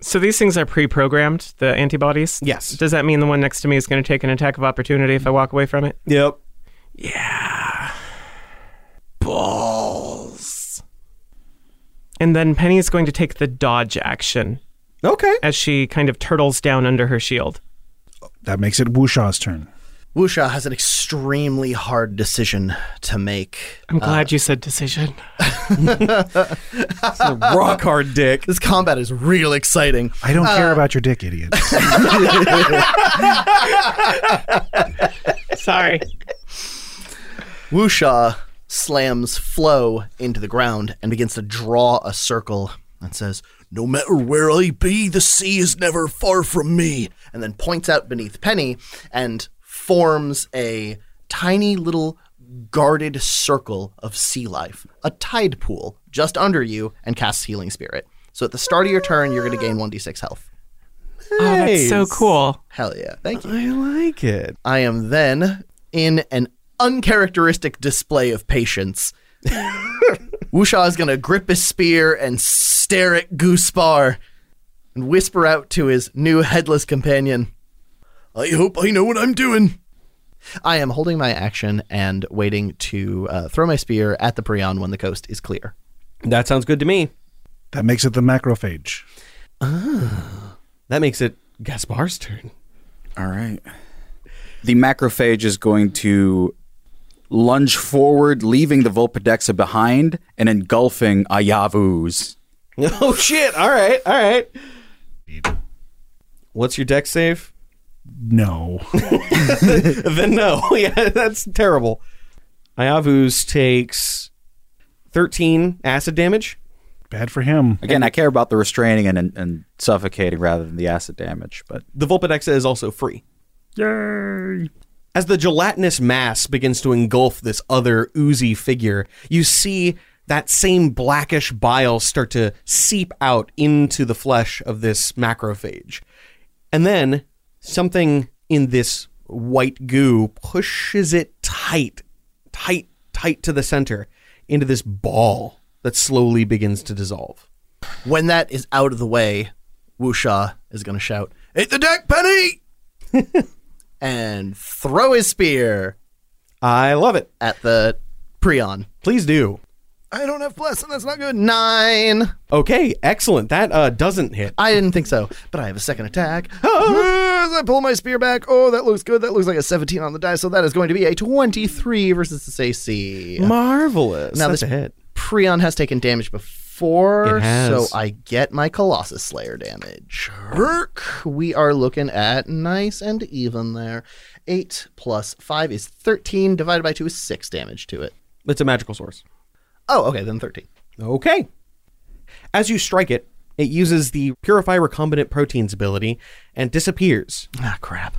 S8: so these things are pre-programmed, the antibodies.
S3: Yes.
S8: Does that mean the one next to me is going to take an attack of opportunity if I walk away from it?
S3: Yep.
S8: Balls. And then Penny is going to take the dodge action
S3: Okay.
S8: as she kind of turtles down under her shield.
S4: That makes it Wushaw's turn.
S7: Wusha has an extremely hard decision to make.
S8: I'm
S3: Uh,
S8: glad you said decision.
S3: Rock hard dick.
S7: This combat is real exciting. Uh,
S4: I don't care about your dick, idiot.
S8: Sorry.
S7: Wusha slams Flo into the ground and begins to draw a circle and says, No matter where I be, the sea is never far from me. And then points out beneath Penny and forms a tiny little guarded circle of sea life, a tide pool just under you, and casts Healing Spirit. So at the start of your turn, you're going to gain 1d6 health.
S8: Oh, that's so cool.
S7: Hell yeah. Thank you.
S3: I like it.
S7: I am then in an uncharacteristic display of patience. Wusha is going to grip his spear and stare at Goospar and whisper out to his new headless companion, I hope I know what I'm doing. I am holding my action and waiting to uh, throw my spear at the Prion when the coast is clear.
S3: That sounds good to me.
S4: that makes it the macrophage.
S3: Ah. That makes it Gaspar's turn.
S5: All right. The macrophage is going to lunge forward, leaving the Vulpidexa behind and engulfing Ayavu's.
S3: oh shit! All right, all right. What's your deck save?
S4: No.
S3: then no. yeah, that's terrible. Ayavu's takes 13 acid damage.
S4: Bad for him.
S5: Again, I care about the restraining and, and, and suffocating rather than the acid damage, but
S3: The Vulpedexa is also free.
S4: Yay.
S3: As the gelatinous mass begins to engulf this other oozy figure, you see that same blackish bile start to seep out into the flesh of this macrophage. And then something in this white goo pushes it tight, tight, tight to the center into this
S7: Oh,
S3: ball that slowly begins to dissolve.
S7: When that is out of the way, Wusha is going to shout, "Hit the deck, Penny!" and throw his spear
S3: I love it.
S7: at the Prion.
S3: Please do.
S7: I don't have bless, and that's not good. Nine.
S3: Okay, excellent. That uh, doesn't hit.
S7: I didn't think so, but I have a second attack. Ah, As I pull my spear back, oh, that looks good. That looks like a 17 on the die, so that is going to be a 23 versus this AC.
S3: Marvelous.
S7: Now
S3: That's
S7: this-
S3: a hit.
S7: Prion has taken damage before,
S3: It has.
S7: so I get my Colossus Slayer damage. Herk. We are looking at nice and even there. 8 plus 5 is 13, divided by 2 is 6 damage to it.
S3: It's a magical source.
S7: Oh, okay, then 13.
S3: Okay. As you strike it, it uses the Purify Recombinant Proteins ability and disappears,
S7: Ah, crap.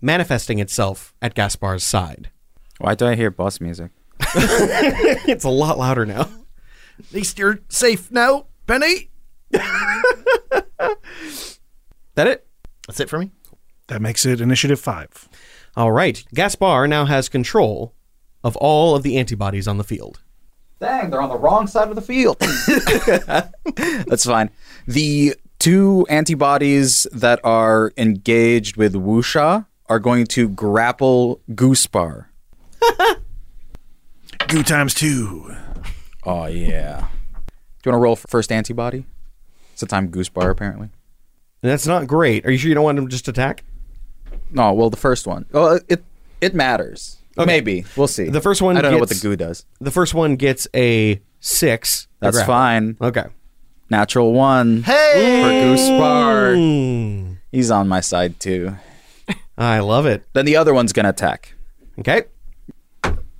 S3: manifesting itself at Gaspar's side.
S5: why do I hear boss music?
S3: It's a lot louder now.
S7: At least you're safe now, Penny.
S3: That it?
S7: That's it for me.
S4: That makes it initiative five.
S3: All right. Gaspar now has control of all of the antibodies on the field.
S5: Dang, they're on the wrong side of the field. That's fine. The two antibodies that are engaged with Wusha are going to grapple Goosebar.
S4: Goo times two.
S5: Oh yeah. Do you want to roll for first antibody? It's the time Goosebar apparently.
S3: And that's not great. Are you sure you don't want him to just attack?
S5: No, well the first one. Oh, it it matters. Maybe we'll see.
S3: The first one
S5: I don't know what the
S3: gets-
S5: goo does.
S3: The first one gets a six. to
S5: That's
S3: grapple.
S5: fine.
S3: Okay.
S5: Natural one.
S7: Hey!
S5: for Goosebar. He's on my side too.
S3: Mm. I love it.
S5: Then the other one's gonna attack.
S3: Okay.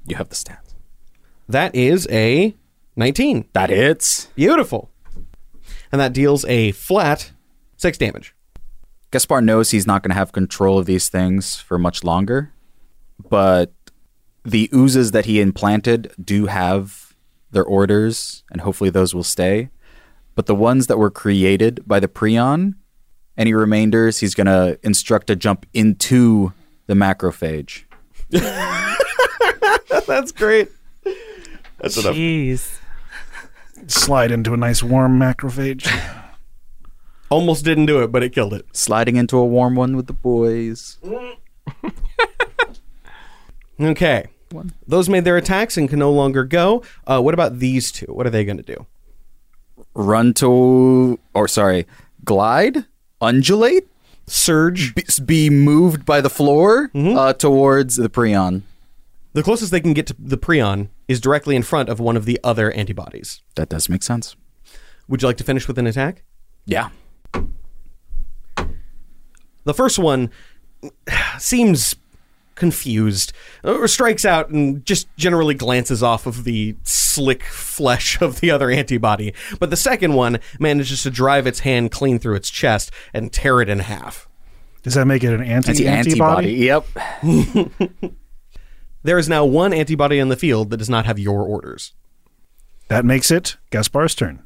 S5: You have the stats.
S3: That is a 19.
S5: That hits.
S3: Beautiful. And that deals a flat six damage.
S5: Gaspar knows he's not going to have control of these things for much longer, but the oozes that he implanted do have their orders, and hopefully those will stay. But the ones that were created by the prion, any remainders, he's going to instruct to jump into the macrophage.
S3: That's great.
S8: Jeez.
S4: Slide into a nice warm macrophage.
S3: Almost didn't do it, but it killed it.
S5: Sliding into a warm one with the boys.
S3: Okay. Those made their attacks and can no longer go. Uh, what about these two? What are they going to do?
S5: Run to, or sorry, glide, undulate,
S3: Surge. Mm-hmm.
S5: be, be moved by the floor uh, towards the prion.
S3: The closest they can get to the prion is directly in front of one of the other antibodies.
S5: That does make sense.
S3: Would you like to finish with an attack?
S5: Yeah.
S3: The first one seems confused, or strikes out and just generally glances off of the slick flesh of the other antibody. But the second one manages to drive its hand clean through its chest and tear it in half.
S4: Does that make it an anti
S5: It's the antibody.
S4: antibody?
S5: Yep.
S3: There is now one antibody on the field that does not have your orders.
S4: That makes it Gaspar's turn.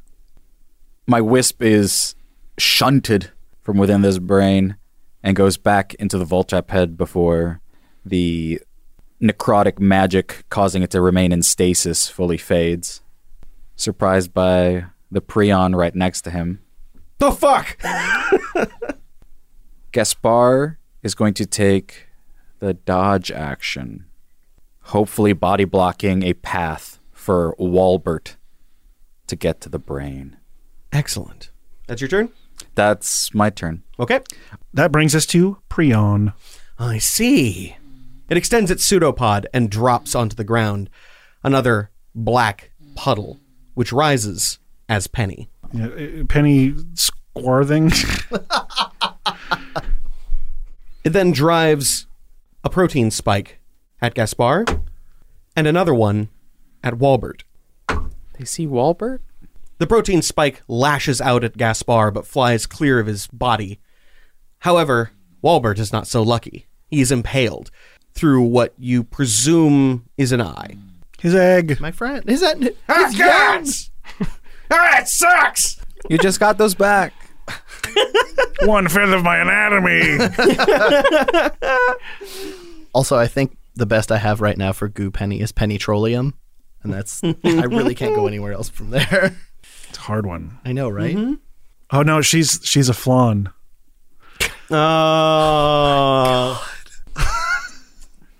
S5: My wisp is shunted from within this brain and goes back into the Voltrap head before the necrotic magic causing it to remain in stasis fully fades. Surprised by the prion right next to him.
S3: The fuck?
S5: Gaspar is going to take the dodge action, hopefully body blocking a path for Walbert to get to the brain.
S3: Excellent. That's your turn?
S5: That's my turn.
S3: Okay.
S4: That brings us to Prion.
S3: I see. It extends its pseudopod and drops onto the ground. Another black puddle, which rises as Penny.
S4: Yeah, uh, Penny Squarthing.
S3: It then drives a protein spike at Gaspar and another one at Walbert.
S12: They see Walbert?
S3: The protein spike lashes out at Gaspar but flies clear of his body. However, Walbert is not so lucky. He is impaled through what you presume is an eye.
S4: His egg.
S7: My friend, is that
S3: His guns! that sucks!
S5: You just got those back.
S4: One fifth of my anatomy.
S7: Also, I think the best I have right now for goo penny is penny trollium, and that's I really can't go anywhere else from there.
S4: It's a hard one.
S7: I know, right?
S4: Oh no, she's she's a flan.
S3: Oh.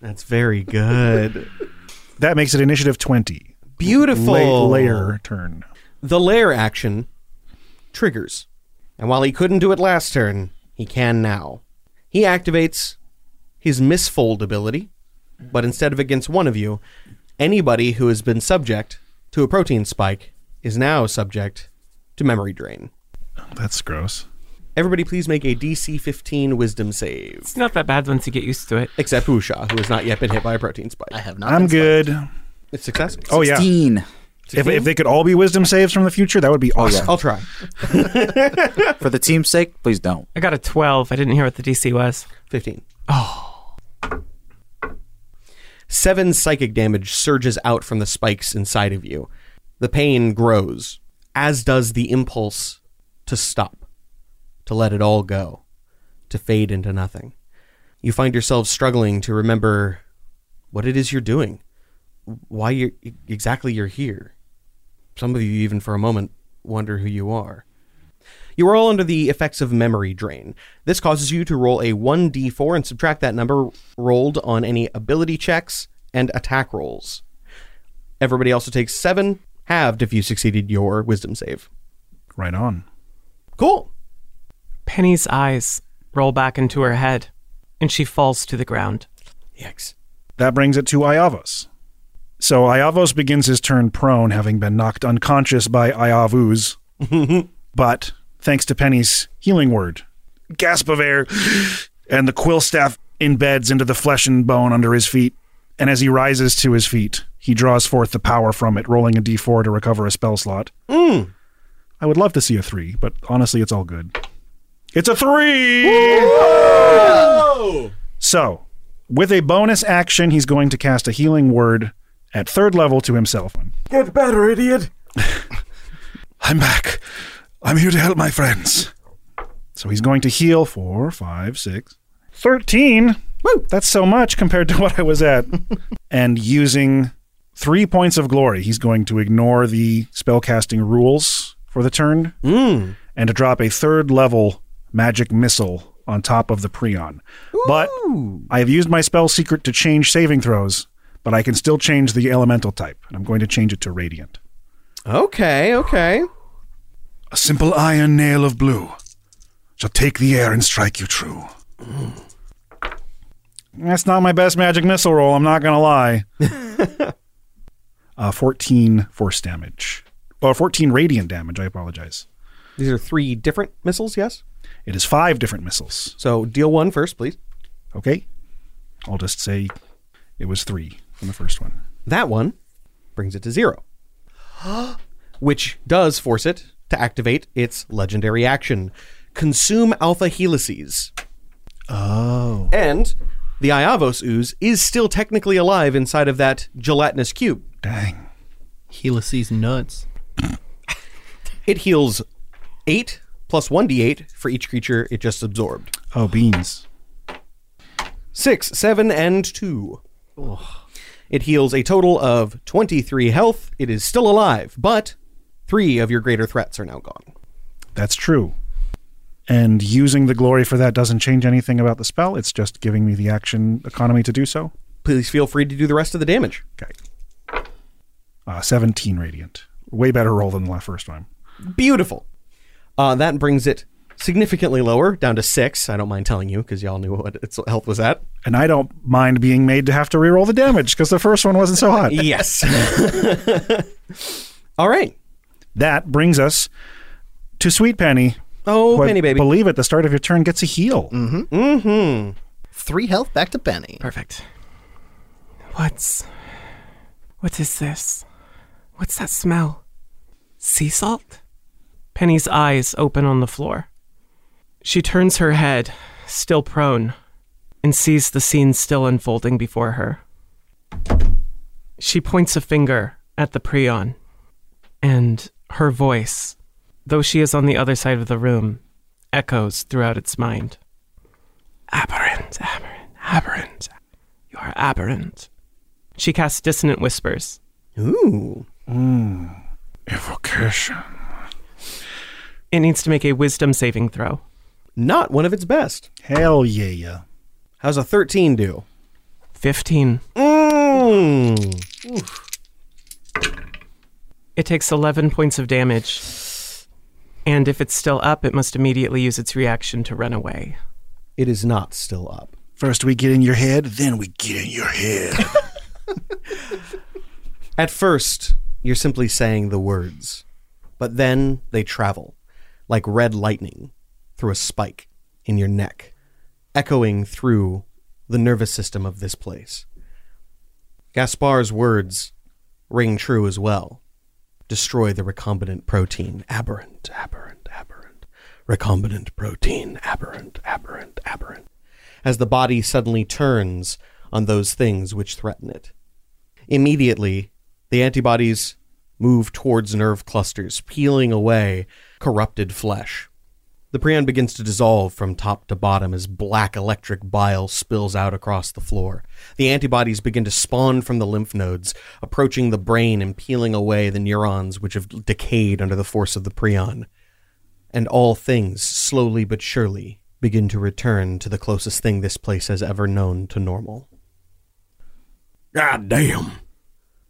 S3: That's very good.
S4: That makes it initiative twenty.
S3: Beautiful.
S4: La- layer turn.
S3: The lair action triggers. And while he couldn't do it last turn, he can now. He activates his misfold ability, but instead of against one of you, anybody who has been subject to a protein spike is now subject to memory drain.
S4: That's gross.
S3: Everybody, please make a DC 15 wisdom save.
S8: It's not that bad once you get used to it.
S3: Except Usha, who has not yet been hit by a protein spike.
S7: I have not.
S4: I'm
S7: been
S4: good.
S3: It's success.
S4: Oh yeah.
S5: Dean.
S4: If, if they could all be wisdom saves from the future, that would be awesome.
S3: I'll try.
S5: For the team's sake, please don't.
S8: I got a 12. I didn't hear what the DC was.
S3: 15. Oh. Seven psychic damage surges out from the spikes inside of you. The pain grows, as does the impulse to stop, to let it all go, to fade into nothing. You find yourself struggling to remember what it is you're doing, why you're, exactly you're here. Some of you, even for a moment, wonder who you are. You are all under the effects of memory drain. This causes you to roll a 1d4 and subtract that number rolled on any ability checks and attack rolls. Everybody also takes 7, halved if you succeeded your wisdom save.
S4: Right on.
S3: Cool.
S8: Penny's eyes roll back into her head, and she falls to the ground.
S3: Yikes.
S4: That brings it to Iavos. So Iavos begins his turn prone, having been knocked unconscious by Iavus. but thanks to Penny's healing word, gasp of air, and the quill staff embeds into the flesh and bone under his feet. And as he rises to his feet, he draws forth the power from it, rolling a d4 to recover a spell slot. I would love to see a three, but honestly, it's all good. It's a three! So, with a bonus action, he's going to cast a healing word at third level to himself.
S13: Get better, idiot.
S4: I'm back. I'm here to help my friends. So he's going to heal four, five, six, 13. Woo! That's so much compared to what I was at. and using three points of glory, he's going to ignore the spellcasting rules for the turn and to drop a third level magic missile on top of the Prion. But I have used my spell secret to change saving throws, but I can still change the elemental type. And I'm going to change it to radiant.
S3: Okay, okay.
S11: A simple iron nail of blue shall take the air and strike you true.
S4: That's not my best magic missile roll, I'm not going to lie. uh, 14 force damage. Or 14 radiant damage, I apologize.
S3: These are three different missiles, yes?
S4: It is five different missiles.
S3: So deal one first, please.
S4: Okay? I'll just say it was three from the first one.
S3: That one brings it to zero, which does force it to activate its legendary action consume alpha helices. Oh. And the Iavos ooze is still technically alive inside of that gelatinous cube.
S4: Dang.
S7: Helices nuts.
S3: It heals 8 plus 1d8 for each creature it just absorbed.
S4: Oh, beans.
S3: 6, 7, and 2. It heals a total of 23 health. It is still alive, but three of your greater threats are now gone.
S4: That's true. And using the glory for that doesn't change anything about the spell. It's just giving me the action economy to do so.
S3: Please feel free to do the rest of the damage.
S4: Okay. Uh, 17 radiant. Way better roll than the la- first one.
S3: Beautiful. Uh, that brings it significantly lower, down to six. I don't mind telling you because y'all knew what its health was at.
S4: And I don't mind being made to have to reroll the damage because the first one wasn't so hot.
S3: Yes. All right.
S4: That brings us to Sweet Penny.
S3: Oh,
S4: who I
S3: Penny Baby.
S4: Believe at the start of your turn gets a heal. Mm-hmm. Mm-hmm.
S7: Three health back to Benny.
S8: Perfect. What's. What is this? What's that smell? Sea salt? Penny's eyes open on the floor. She turns her head, still prone, and sees the scene still unfolding before her. She points a finger at the prion, and her voice, though she is on the other side of the room, echoes throughout its mind. Aberrant, aberrant, aberrant. You are aberrant. She casts dissonant whispers.
S3: Ooh.
S8: Evocation. It needs to make a wisdom saving throw.
S3: Not one of its best.
S4: Hell yeah.
S3: How's a 13 do?
S8: 15.
S3: Mmm.
S8: It takes 11 points of damage. And if it's still up, it must immediately use its reaction to run away.
S3: It is not still up.
S4: First we get in your head, then we get in your head.
S3: At first, you're simply saying the words, but then they travel like red lightning through a spike in your neck, echoing through the nervous system of this place. Gaspar's words ring true as well. Destroy the recombinant protein. Aberrant, aberrant, aberrant. Recombinant protein. Aberrant, aberrant, aberrant. As the body suddenly turns on those things which threaten it. Immediately, the antibodies move towards nerve clusters, peeling away corrupted flesh. The prion begins to dissolve from top to bottom as black electric bile spills out across the floor. The antibodies begin to spawn from the lymph nodes, approaching the brain and peeling away the neurons which have decayed under the force of the prion. And all things, slowly but surely, begin to return to the closest thing this place has ever known to normal.
S13: God damn.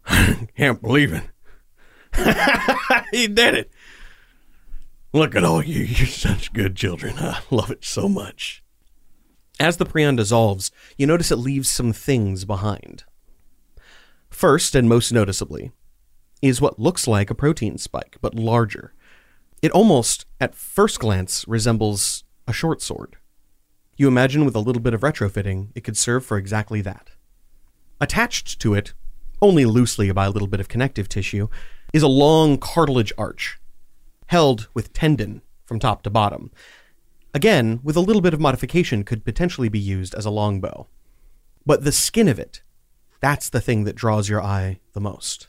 S13: Can't believe it. he did it. Look at all you. You're such good children. I love it so much.
S3: As the prion dissolves, you notice it leaves some things behind. First, and most noticeably, is what looks like a protein spike, but larger. It almost, at first glance, resembles a short sword. You imagine with a little bit of retrofitting, it could serve for exactly that. Attached to it, only loosely by a little bit of connective tissue, is a long cartilage arch, held with tendon from top to bottom. Again, with a little bit of modification, could potentially be used as a longbow. But the skin of it, that's the thing that draws your eye the most.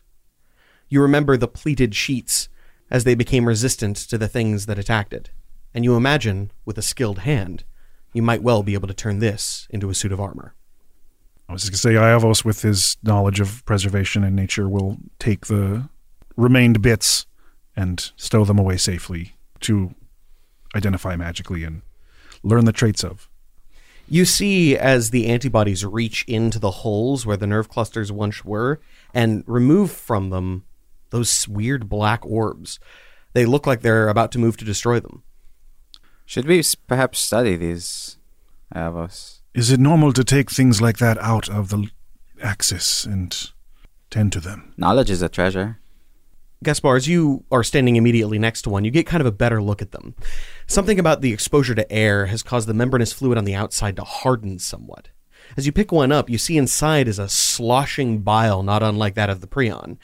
S3: You remember the pleated sheets as they became resistant to the things that attacked it, and you imagine, with a skilled hand, you might well be able to turn this into a suit of armor.
S4: I was just going to say, Iavos, with his knowledge of preservation and nature, will take the remained bits and stow them away safely to identify magically and learn the traits of.
S3: You see, as the antibodies reach into the holes where the nerve clusters once were and remove from them those weird black orbs, they look like they're about to move to destroy them.
S5: Should we s- perhaps study these, Avos?
S11: Is it normal to take things like that out of the l- axis and tend to them?
S5: Knowledge is a treasure.
S3: Gaspar, as you are standing immediately next to one, you get kind of a better look at them. Something about the exposure to air has caused the membranous fluid on the outside to harden somewhat. As you pick one up, you see inside is a sloshing bile not unlike that of the prion,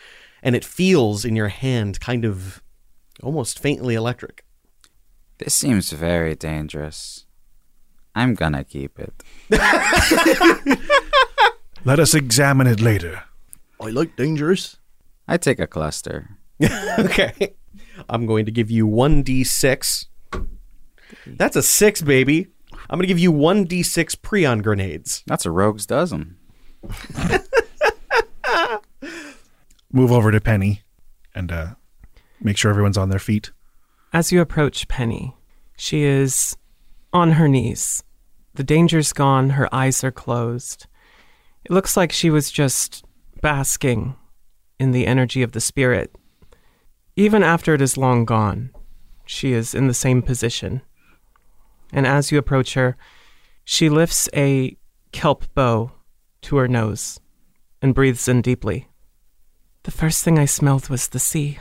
S3: and it feels in your hand kind of almost faintly electric.
S5: This seems very dangerous. I'm gonna keep it.
S11: Let us examine it later.
S7: I like dangerous.
S5: I take a cluster.
S3: okay. I'm going to give you 1d6. That's a 6, baby. I'm going to give you 1d6 prion grenades.
S5: That's a rogue's dozen.
S4: Move over to Penny and uh, make sure everyone's on their feet.
S8: As you approach Penny, she is on her knees. The danger's gone, her eyes are closed. It looks like she was just basking in the energy of the spirit. Even after it is long gone, she is in the same position. And as you approach her, she lifts a kelp bow to her nose and breathes in deeply. The first thing I smelled was the sea.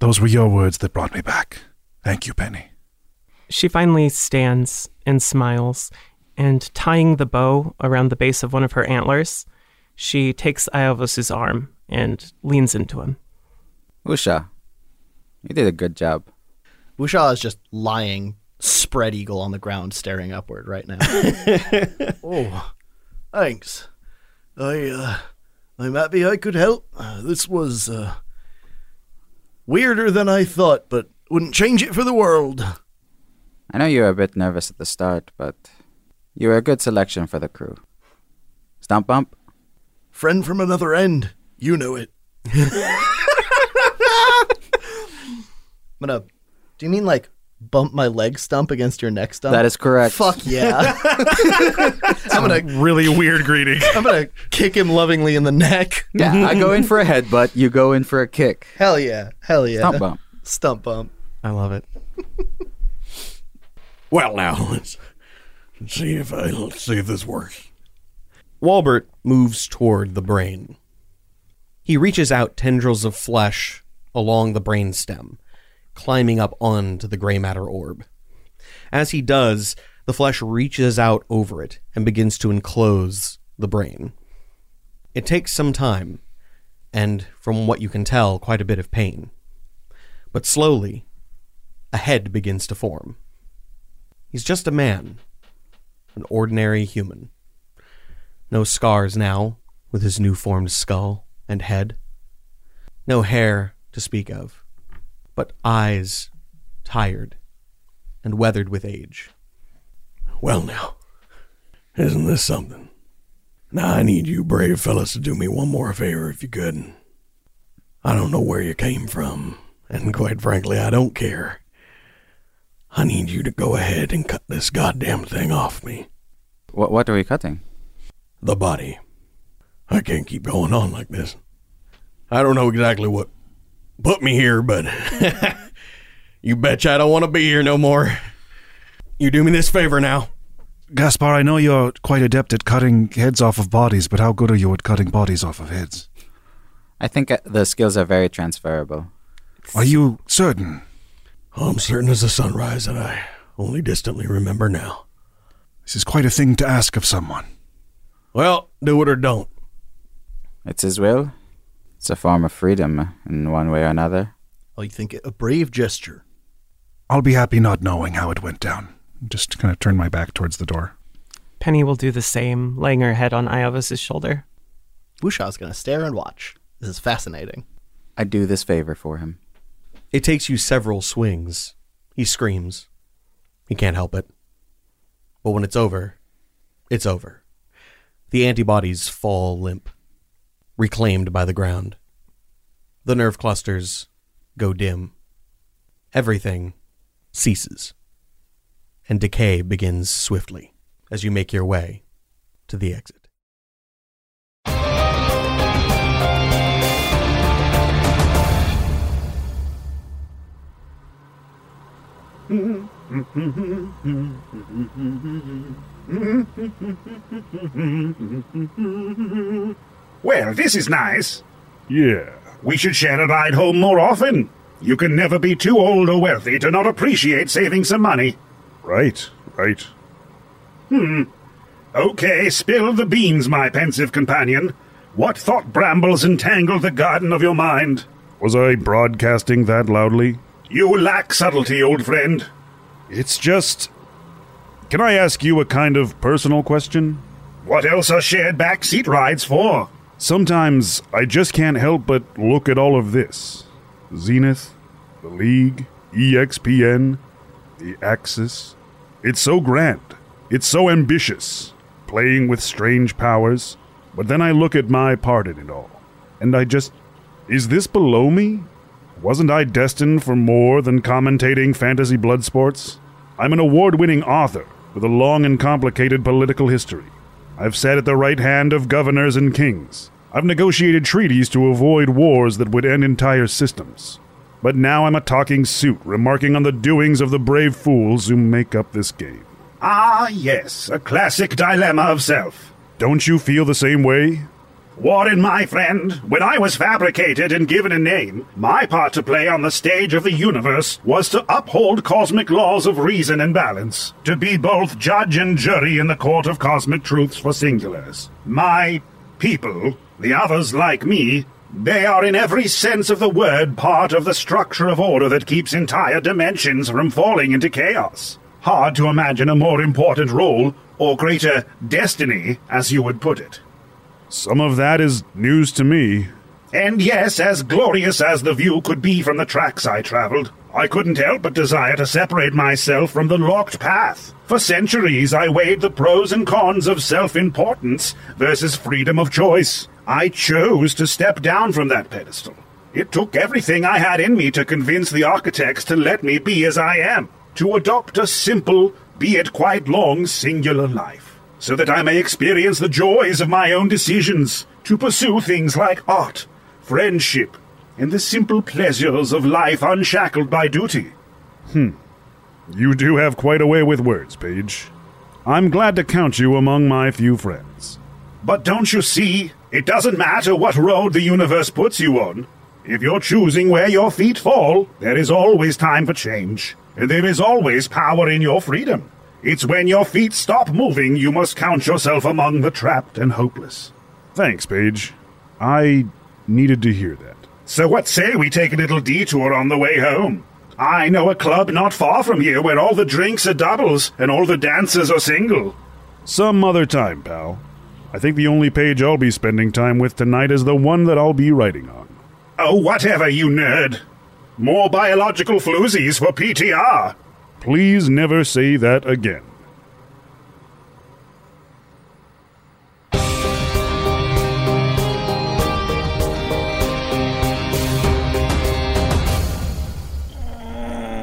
S11: Those were your words that brought me back. Thank you, Penny.
S8: She finally stands and smiles, and tying the bow around the base of one of her antlers, she takes Iovos's arm and leans into him.
S5: Usha, you did a good job.
S7: Wusha is just lying, spread eagle on the ground, staring upward right now.
S14: Oh, thanks. I, uh, I'm happy I could help. Uh, this was, uh, weirder than I thought, but wouldn't change it for the world.
S5: I know you were a bit nervous at the start, but you were a good selection for the crew. Stump bump.
S14: Friend from another end. You know it.
S7: I'm gonna. Do you mean like bump my leg stump against your neck stump?
S5: That is correct.
S7: Fuck yeah!
S4: I'm gonna really weird greeting.
S7: I'm gonna kick him lovingly in the neck.
S5: Yeah, I go in for a headbutt. You go in for a kick.
S7: Hell yeah! Hell yeah!
S5: Stump bump.
S7: Stump bump.
S3: I love it.
S13: Well, now let's see if I let's see if this works.
S3: Walbert moves toward the brain. He reaches out tendrils of flesh along the brain stem, climbing up onto the gray matter orb. As he does, the flesh reaches out over it and begins to enclose the brain. It takes some time, and from what you can tell, quite a bit of pain. But slowly, a head begins to form. He's just a man, an ordinary human. No scars now, with his newformed skull and head. No hair to speak of, but eyes tired and weathered with age.
S13: Well, now, isn't this something? Now I need you brave fellas to do me one more favor if you could. I don't know where you came from, and quite frankly, I don't care. I need you to go ahead and cut this goddamn thing off me.
S5: What, what are we cutting?
S13: The body. I can't keep going on like this. I don't know exactly what put me here, but you betcha I don't want to be here no more. You do me this favor now.
S11: Gaspar, I know you're quite adept at cutting heads off of bodies, but how good are you at cutting bodies off of heads?
S5: I think uh, the skills are very transferable.
S11: Are you certain?
S13: Oh, I'm certain as the sunrise that I only distantly remember now.
S11: This is quite a thing to ask of someone.
S13: Well, do it or don't.
S5: It's his will. It's a form of freedom in one way or another.
S14: I Oh, think it a brave gesture.
S11: I'll be happy not knowing how it went down. Just kind of turn my back towards the door.
S8: Penny will do the same, laying her head on Iovas's shoulder.
S7: Wusha's gonna stare and watch. This is fascinating.
S5: I do this favor for him.
S3: It takes you several swings. He screams. He can't help it. But when it's over, it's over. The antibodies fall limp, reclaimed by the ground. The nerve clusters go dim. Everything ceases. And decay begins swiftly as you make your way to the exit.
S2: Well, this is nice.
S1: Yeah.
S2: We should share a ride home more often. You can never be too old or wealthy to not appreciate saving some money.
S1: Right, right.
S2: Hmm. Okay, spill the beans, my pensive companion. What thought brambles entangle the garden of your mind?
S1: Was I broadcasting that loudly?
S2: You lack subtlety, old friend.
S1: It's just. Can I ask you a kind of personal question?
S2: What else are shared back seat rides for?
S1: Sometimes I just can't help but look at all of this Zenith, the League, E EXPN, the Axis. It's so grand. It's so ambitious, playing with strange powers. But then I look at my part in it all, and I just. Is this below me? Wasn't I destined for more than commentating fantasy blood sports? I'm an award winning author with a long and complicated political history. I've sat at the right hand of governors and kings. I've negotiated treaties to avoid wars that would end entire systems. But now I'm a talking suit, remarking on the doings of the brave fools who make up this game.
S2: Ah, yes, a classic dilemma of self.
S1: Don't you feel the same way? Warren, my friend, when I was fabricated and given a name, my part to play on the stage of the universe was to uphold cosmic laws of reason and balance, to be both judge and jury in the court of cosmic truths for singulars. My people, the others like me, they are in every sense of the word part of the structure of order that keeps entire dimensions from falling into chaos. Hard to imagine a more important role, or greater destiny, as you would put it.
S2: Some of that is news to me.
S1: And yes, as glorious as the view could be from the tracks I traveled, I couldn't help but desire to separate myself from the locked path. For centuries, I weighed the pros and cons of self importance versus freedom of choice. I chose to step down from that pedestal. It took everything I had in me to convince the architects to let me be as I am, to adopt a simple, be it quite long, singular life, so that I may experience the joys of my own decisions, to pursue things like art, friendship, and the simple pleasures of life unshackled by duty.
S2: Hmm. You do have quite a way with words, Page. I'm glad to count you among my few friends.
S1: But don't you see? It doesn't matter what road the universe puts you on. If you're choosing where your feet fall, there is always time for change. And there is always power in your freedom. It's when your feet stop moving you must count yourself among the trapped and hopeless.
S2: Thanks, Page. I needed to hear that.
S1: So what say we take a little detour on the way home? I know a club not far from here where all the drinks are doubles and all the dancers are single.
S2: Some other time, pal. I think the only page I'll be spending time with tonight is the one that I'll be writing on.
S1: Oh, whatever, you nerd. More biological floozies for PTR.
S2: Please never say that again.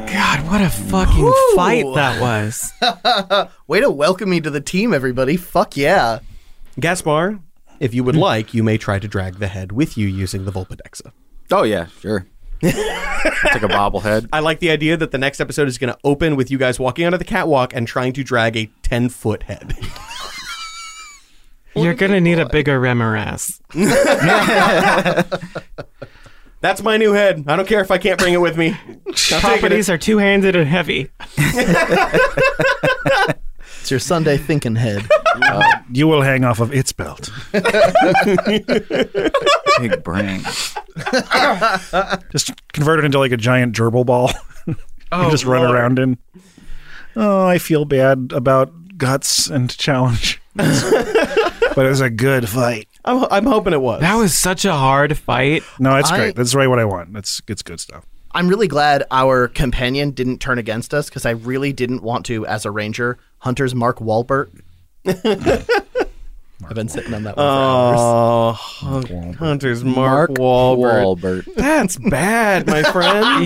S8: God, what a fucking
S7: Woo!
S8: fight that was.
S7: Way to welcome me to the team, everybody. Fuck yeah.
S3: Gaspar, if
S5: Hmm.
S3: you would like, you may try to drag the head with you using the Vulpedexa.
S5: Oh, yeah, sure. Take a bobblehead.
S3: I like the idea that the next episode is going to open with you guys walking onto the catwalk and trying to drag a 10 foot head.
S8: You're gonna need a bigger Remoras.
S3: That's my new head. I don't care if I can't bring it with me.
S8: Properties are two handed and heavy.
S7: It's your Sunday thinking head.
S4: Uh, you will hang off of its belt.
S5: Big brain.
S4: Just convert it into like a giant gerbil ball. and
S8: Oh,
S4: just run
S8: Lord.
S4: around in. Oh, I feel bad about guts and challenge. but it was a good fight.
S3: I'm, I'm hoping it was.
S8: That was such a hard fight.
S4: No, it's
S7: I-
S4: great. That's right what I want. That's it's good stuff.
S7: I'm really glad our companion didn't turn against us because I really didn't want to, as a ranger, Hunter's Mark Wahlberg. I've been sitting on that one for hours.
S3: Oh, Hunter's Mark, Wahlberg. That's bad, my friend.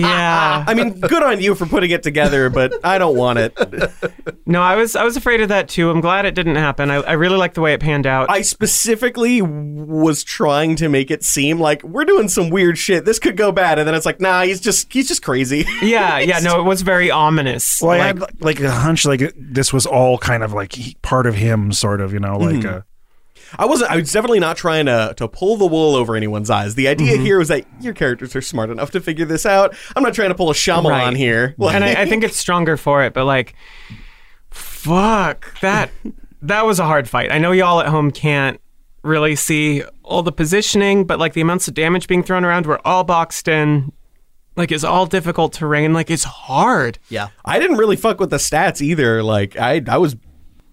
S8: Yeah.
S3: I mean, good on you for putting it together, but I don't want it.
S8: No, I was I was afraid of that too. I'm glad it didn't happen. I, I really like the way it panned out.
S3: I specifically was trying to make it seem like we're doing some weird shit. This could go bad, and then it's like, nah, he's just he's just crazy.
S8: yeah, yeah, no, it was very ominous.
S4: Well, I
S8: like,
S4: had like, like a hunch like it- this was all kind of like he, part of him, sort of, you know, like
S8: Mm-hmm.
S4: uh,
S3: I wasn't. I was definitely not trying to to pull the wool over anyone's eyes. The idea
S8: Mm-hmm.
S3: here was that your characters are smart enough to figure this out. I'm not trying to pull a Shyamalan
S8: Right.
S3: here.
S8: and I, I think it's stronger for it, but like fuck that that was a hard fight. I know y'all at home can't really see all the positioning, but like the amounts of damage being thrown around were all boxed in. Like it's all difficult terrain. Like it's hard.
S7: Yeah.
S3: I didn't really fuck with the stats either. Like I, I was.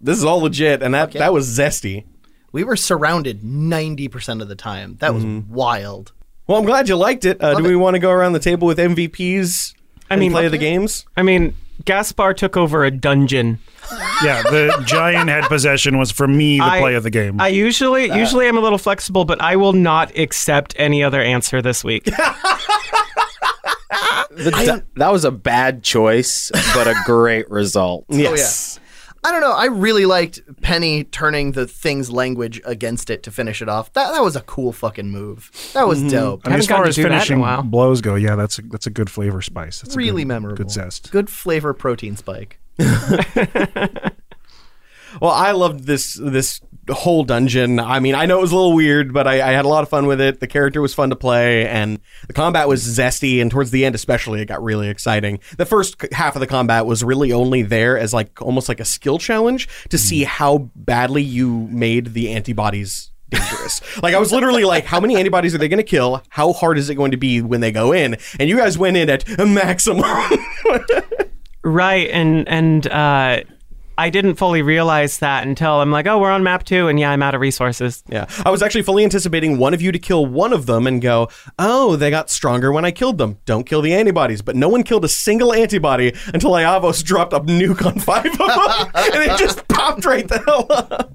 S3: This is all legit, and that that was zesty.
S7: We were surrounded 90% of the time. That was
S4: Mm-hmm.
S7: wild.
S3: Well, I'm glad you liked it. Uh, do we want to go around the table with MVPs? I
S8: mean-
S3: play the games.
S8: I mean, Gaspar took over a dungeon.
S4: yeah, the giant head possession was for me the
S8: I-
S4: play of the game.
S8: I usually
S3: Uh.
S8: usually I'm a little flexible, but I will not accept any other answer this week.
S5: The d- that was a bad choice, but a great result.
S3: Yes.
S7: Oh, I don't know. I really liked Penny turning the thing's language against it to finish it off. That, that was a cool fucking move. That
S8: Mm-hmm.
S7: was dope.
S4: Mm-hmm. I mean, as
S8: Haven't gotten
S4: far
S8: to
S4: as
S8: do that in a
S4: finishing
S8: while.
S4: blows go, yeah, that's a, that's a good flavor spice. That's a
S7: really
S4: good-
S7: memorable.
S4: Good zest.
S7: Good flavor protein spike.
S3: Well, I loved this this whole dungeon. I mean, I know it was a little weird, but I, I had a lot of fun with it. The character was fun to play, and the combat was zesty. And towards the end, especially, it got really exciting. The first c- half of the combat was really only there as like almost like a skill challenge to see how badly you made the antibodies dangerous. like I was literally like, how many antibodies are they going to kill? How hard is it going to be when they go in? And you guys went in at a maximum.
S8: Right, and and uh, I didn't fully realize that until I'm like, oh, we're on map two, and yeah, I'm out of resources.
S3: Yeah, I was actually fully anticipating one of you to kill one of them and go, oh, they got stronger when I killed them. Don't kill the antibodies. But no one killed a single antibody until Iavos dropped a nuke on five of them, and it just popped right the hell up.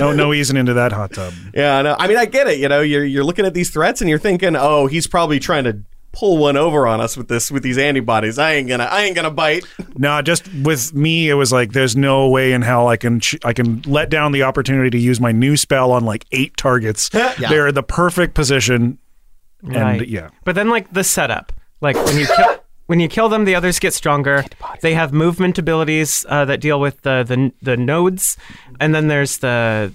S4: no, no easing into that hot tub.
S3: Yeah, no, I mean, I get it. You know, you're you're looking at these threats and you're thinking, oh, he's probably trying to pull one over on us with this with these antibodies. I ain't gonna, I ain't gonna bite.
S4: No, just with me, it was like there's no way in hell I can ch- I can let down the opportunity to use my new spell on like eight targets.
S8: Yeah.
S4: They're the perfect position, and
S8: Right.
S4: yeah,
S8: But then like the setup, like when you kill when you kill them, the others get stronger. They have movement abilities uh, that deal with the, the the nodes, and then there's the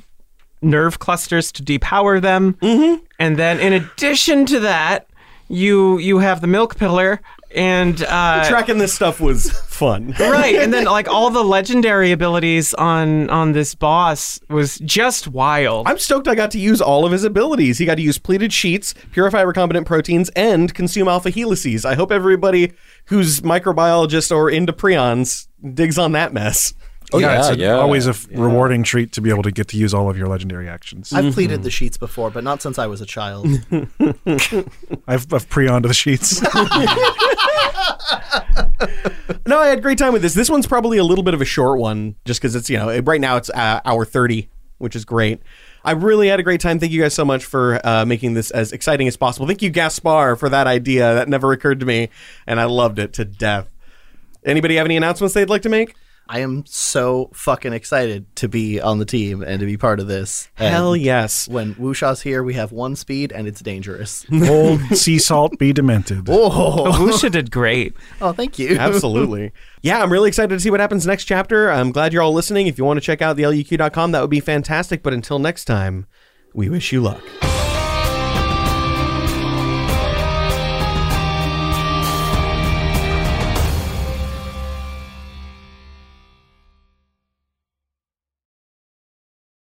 S8: nerve clusters to depower them. Mm-hmm. And then in addition to that, you you have the milk pillar and uh,
S3: Tracking this stuff was fun,
S8: right and then like all the legendary abilities on on this boss was just wild
S3: I'm stoked I got to use all of his abilities. He got to use pleated sheets, purify recombinant proteins, and consume alpha helices. I hope everybody who's microbiologist or into prions digs on that mess.
S4: Oh, it's a- always a f- rewarding treat to be able to get to use all of your legendary actions.
S7: I've
S8: Mm-hmm.
S7: pleated the sheets before, but not since I was a child.
S4: I've, I've pre onto the sheets.
S3: No, I had a great time with this. This one's probably a little bit of a short one, just because it's you know right now it's uh, hour thirty, which is great. I really had a great time. Thank you guys so much for uh, making this as exciting as possible. Thank you, Gaspar, for that idea. That never occurred to me, and I loved it to death. Anybody have any announcements they'd like to make?
S7: I am so fucking excited to be on the team and to be part of this. And
S3: Hell yes!
S7: When Wusha's here, we have one speed and it's dangerous.
S4: Old sea salt be demented.
S7: Oh.
S8: Lucia did great.
S7: Oh, thank you.
S3: Absolutely. Yeah, I'm really excited to see what happens next chapter. I'm glad you're all E listening. If you want to check out the luq.com, that would be fantastic. But until next time, we wish you luck.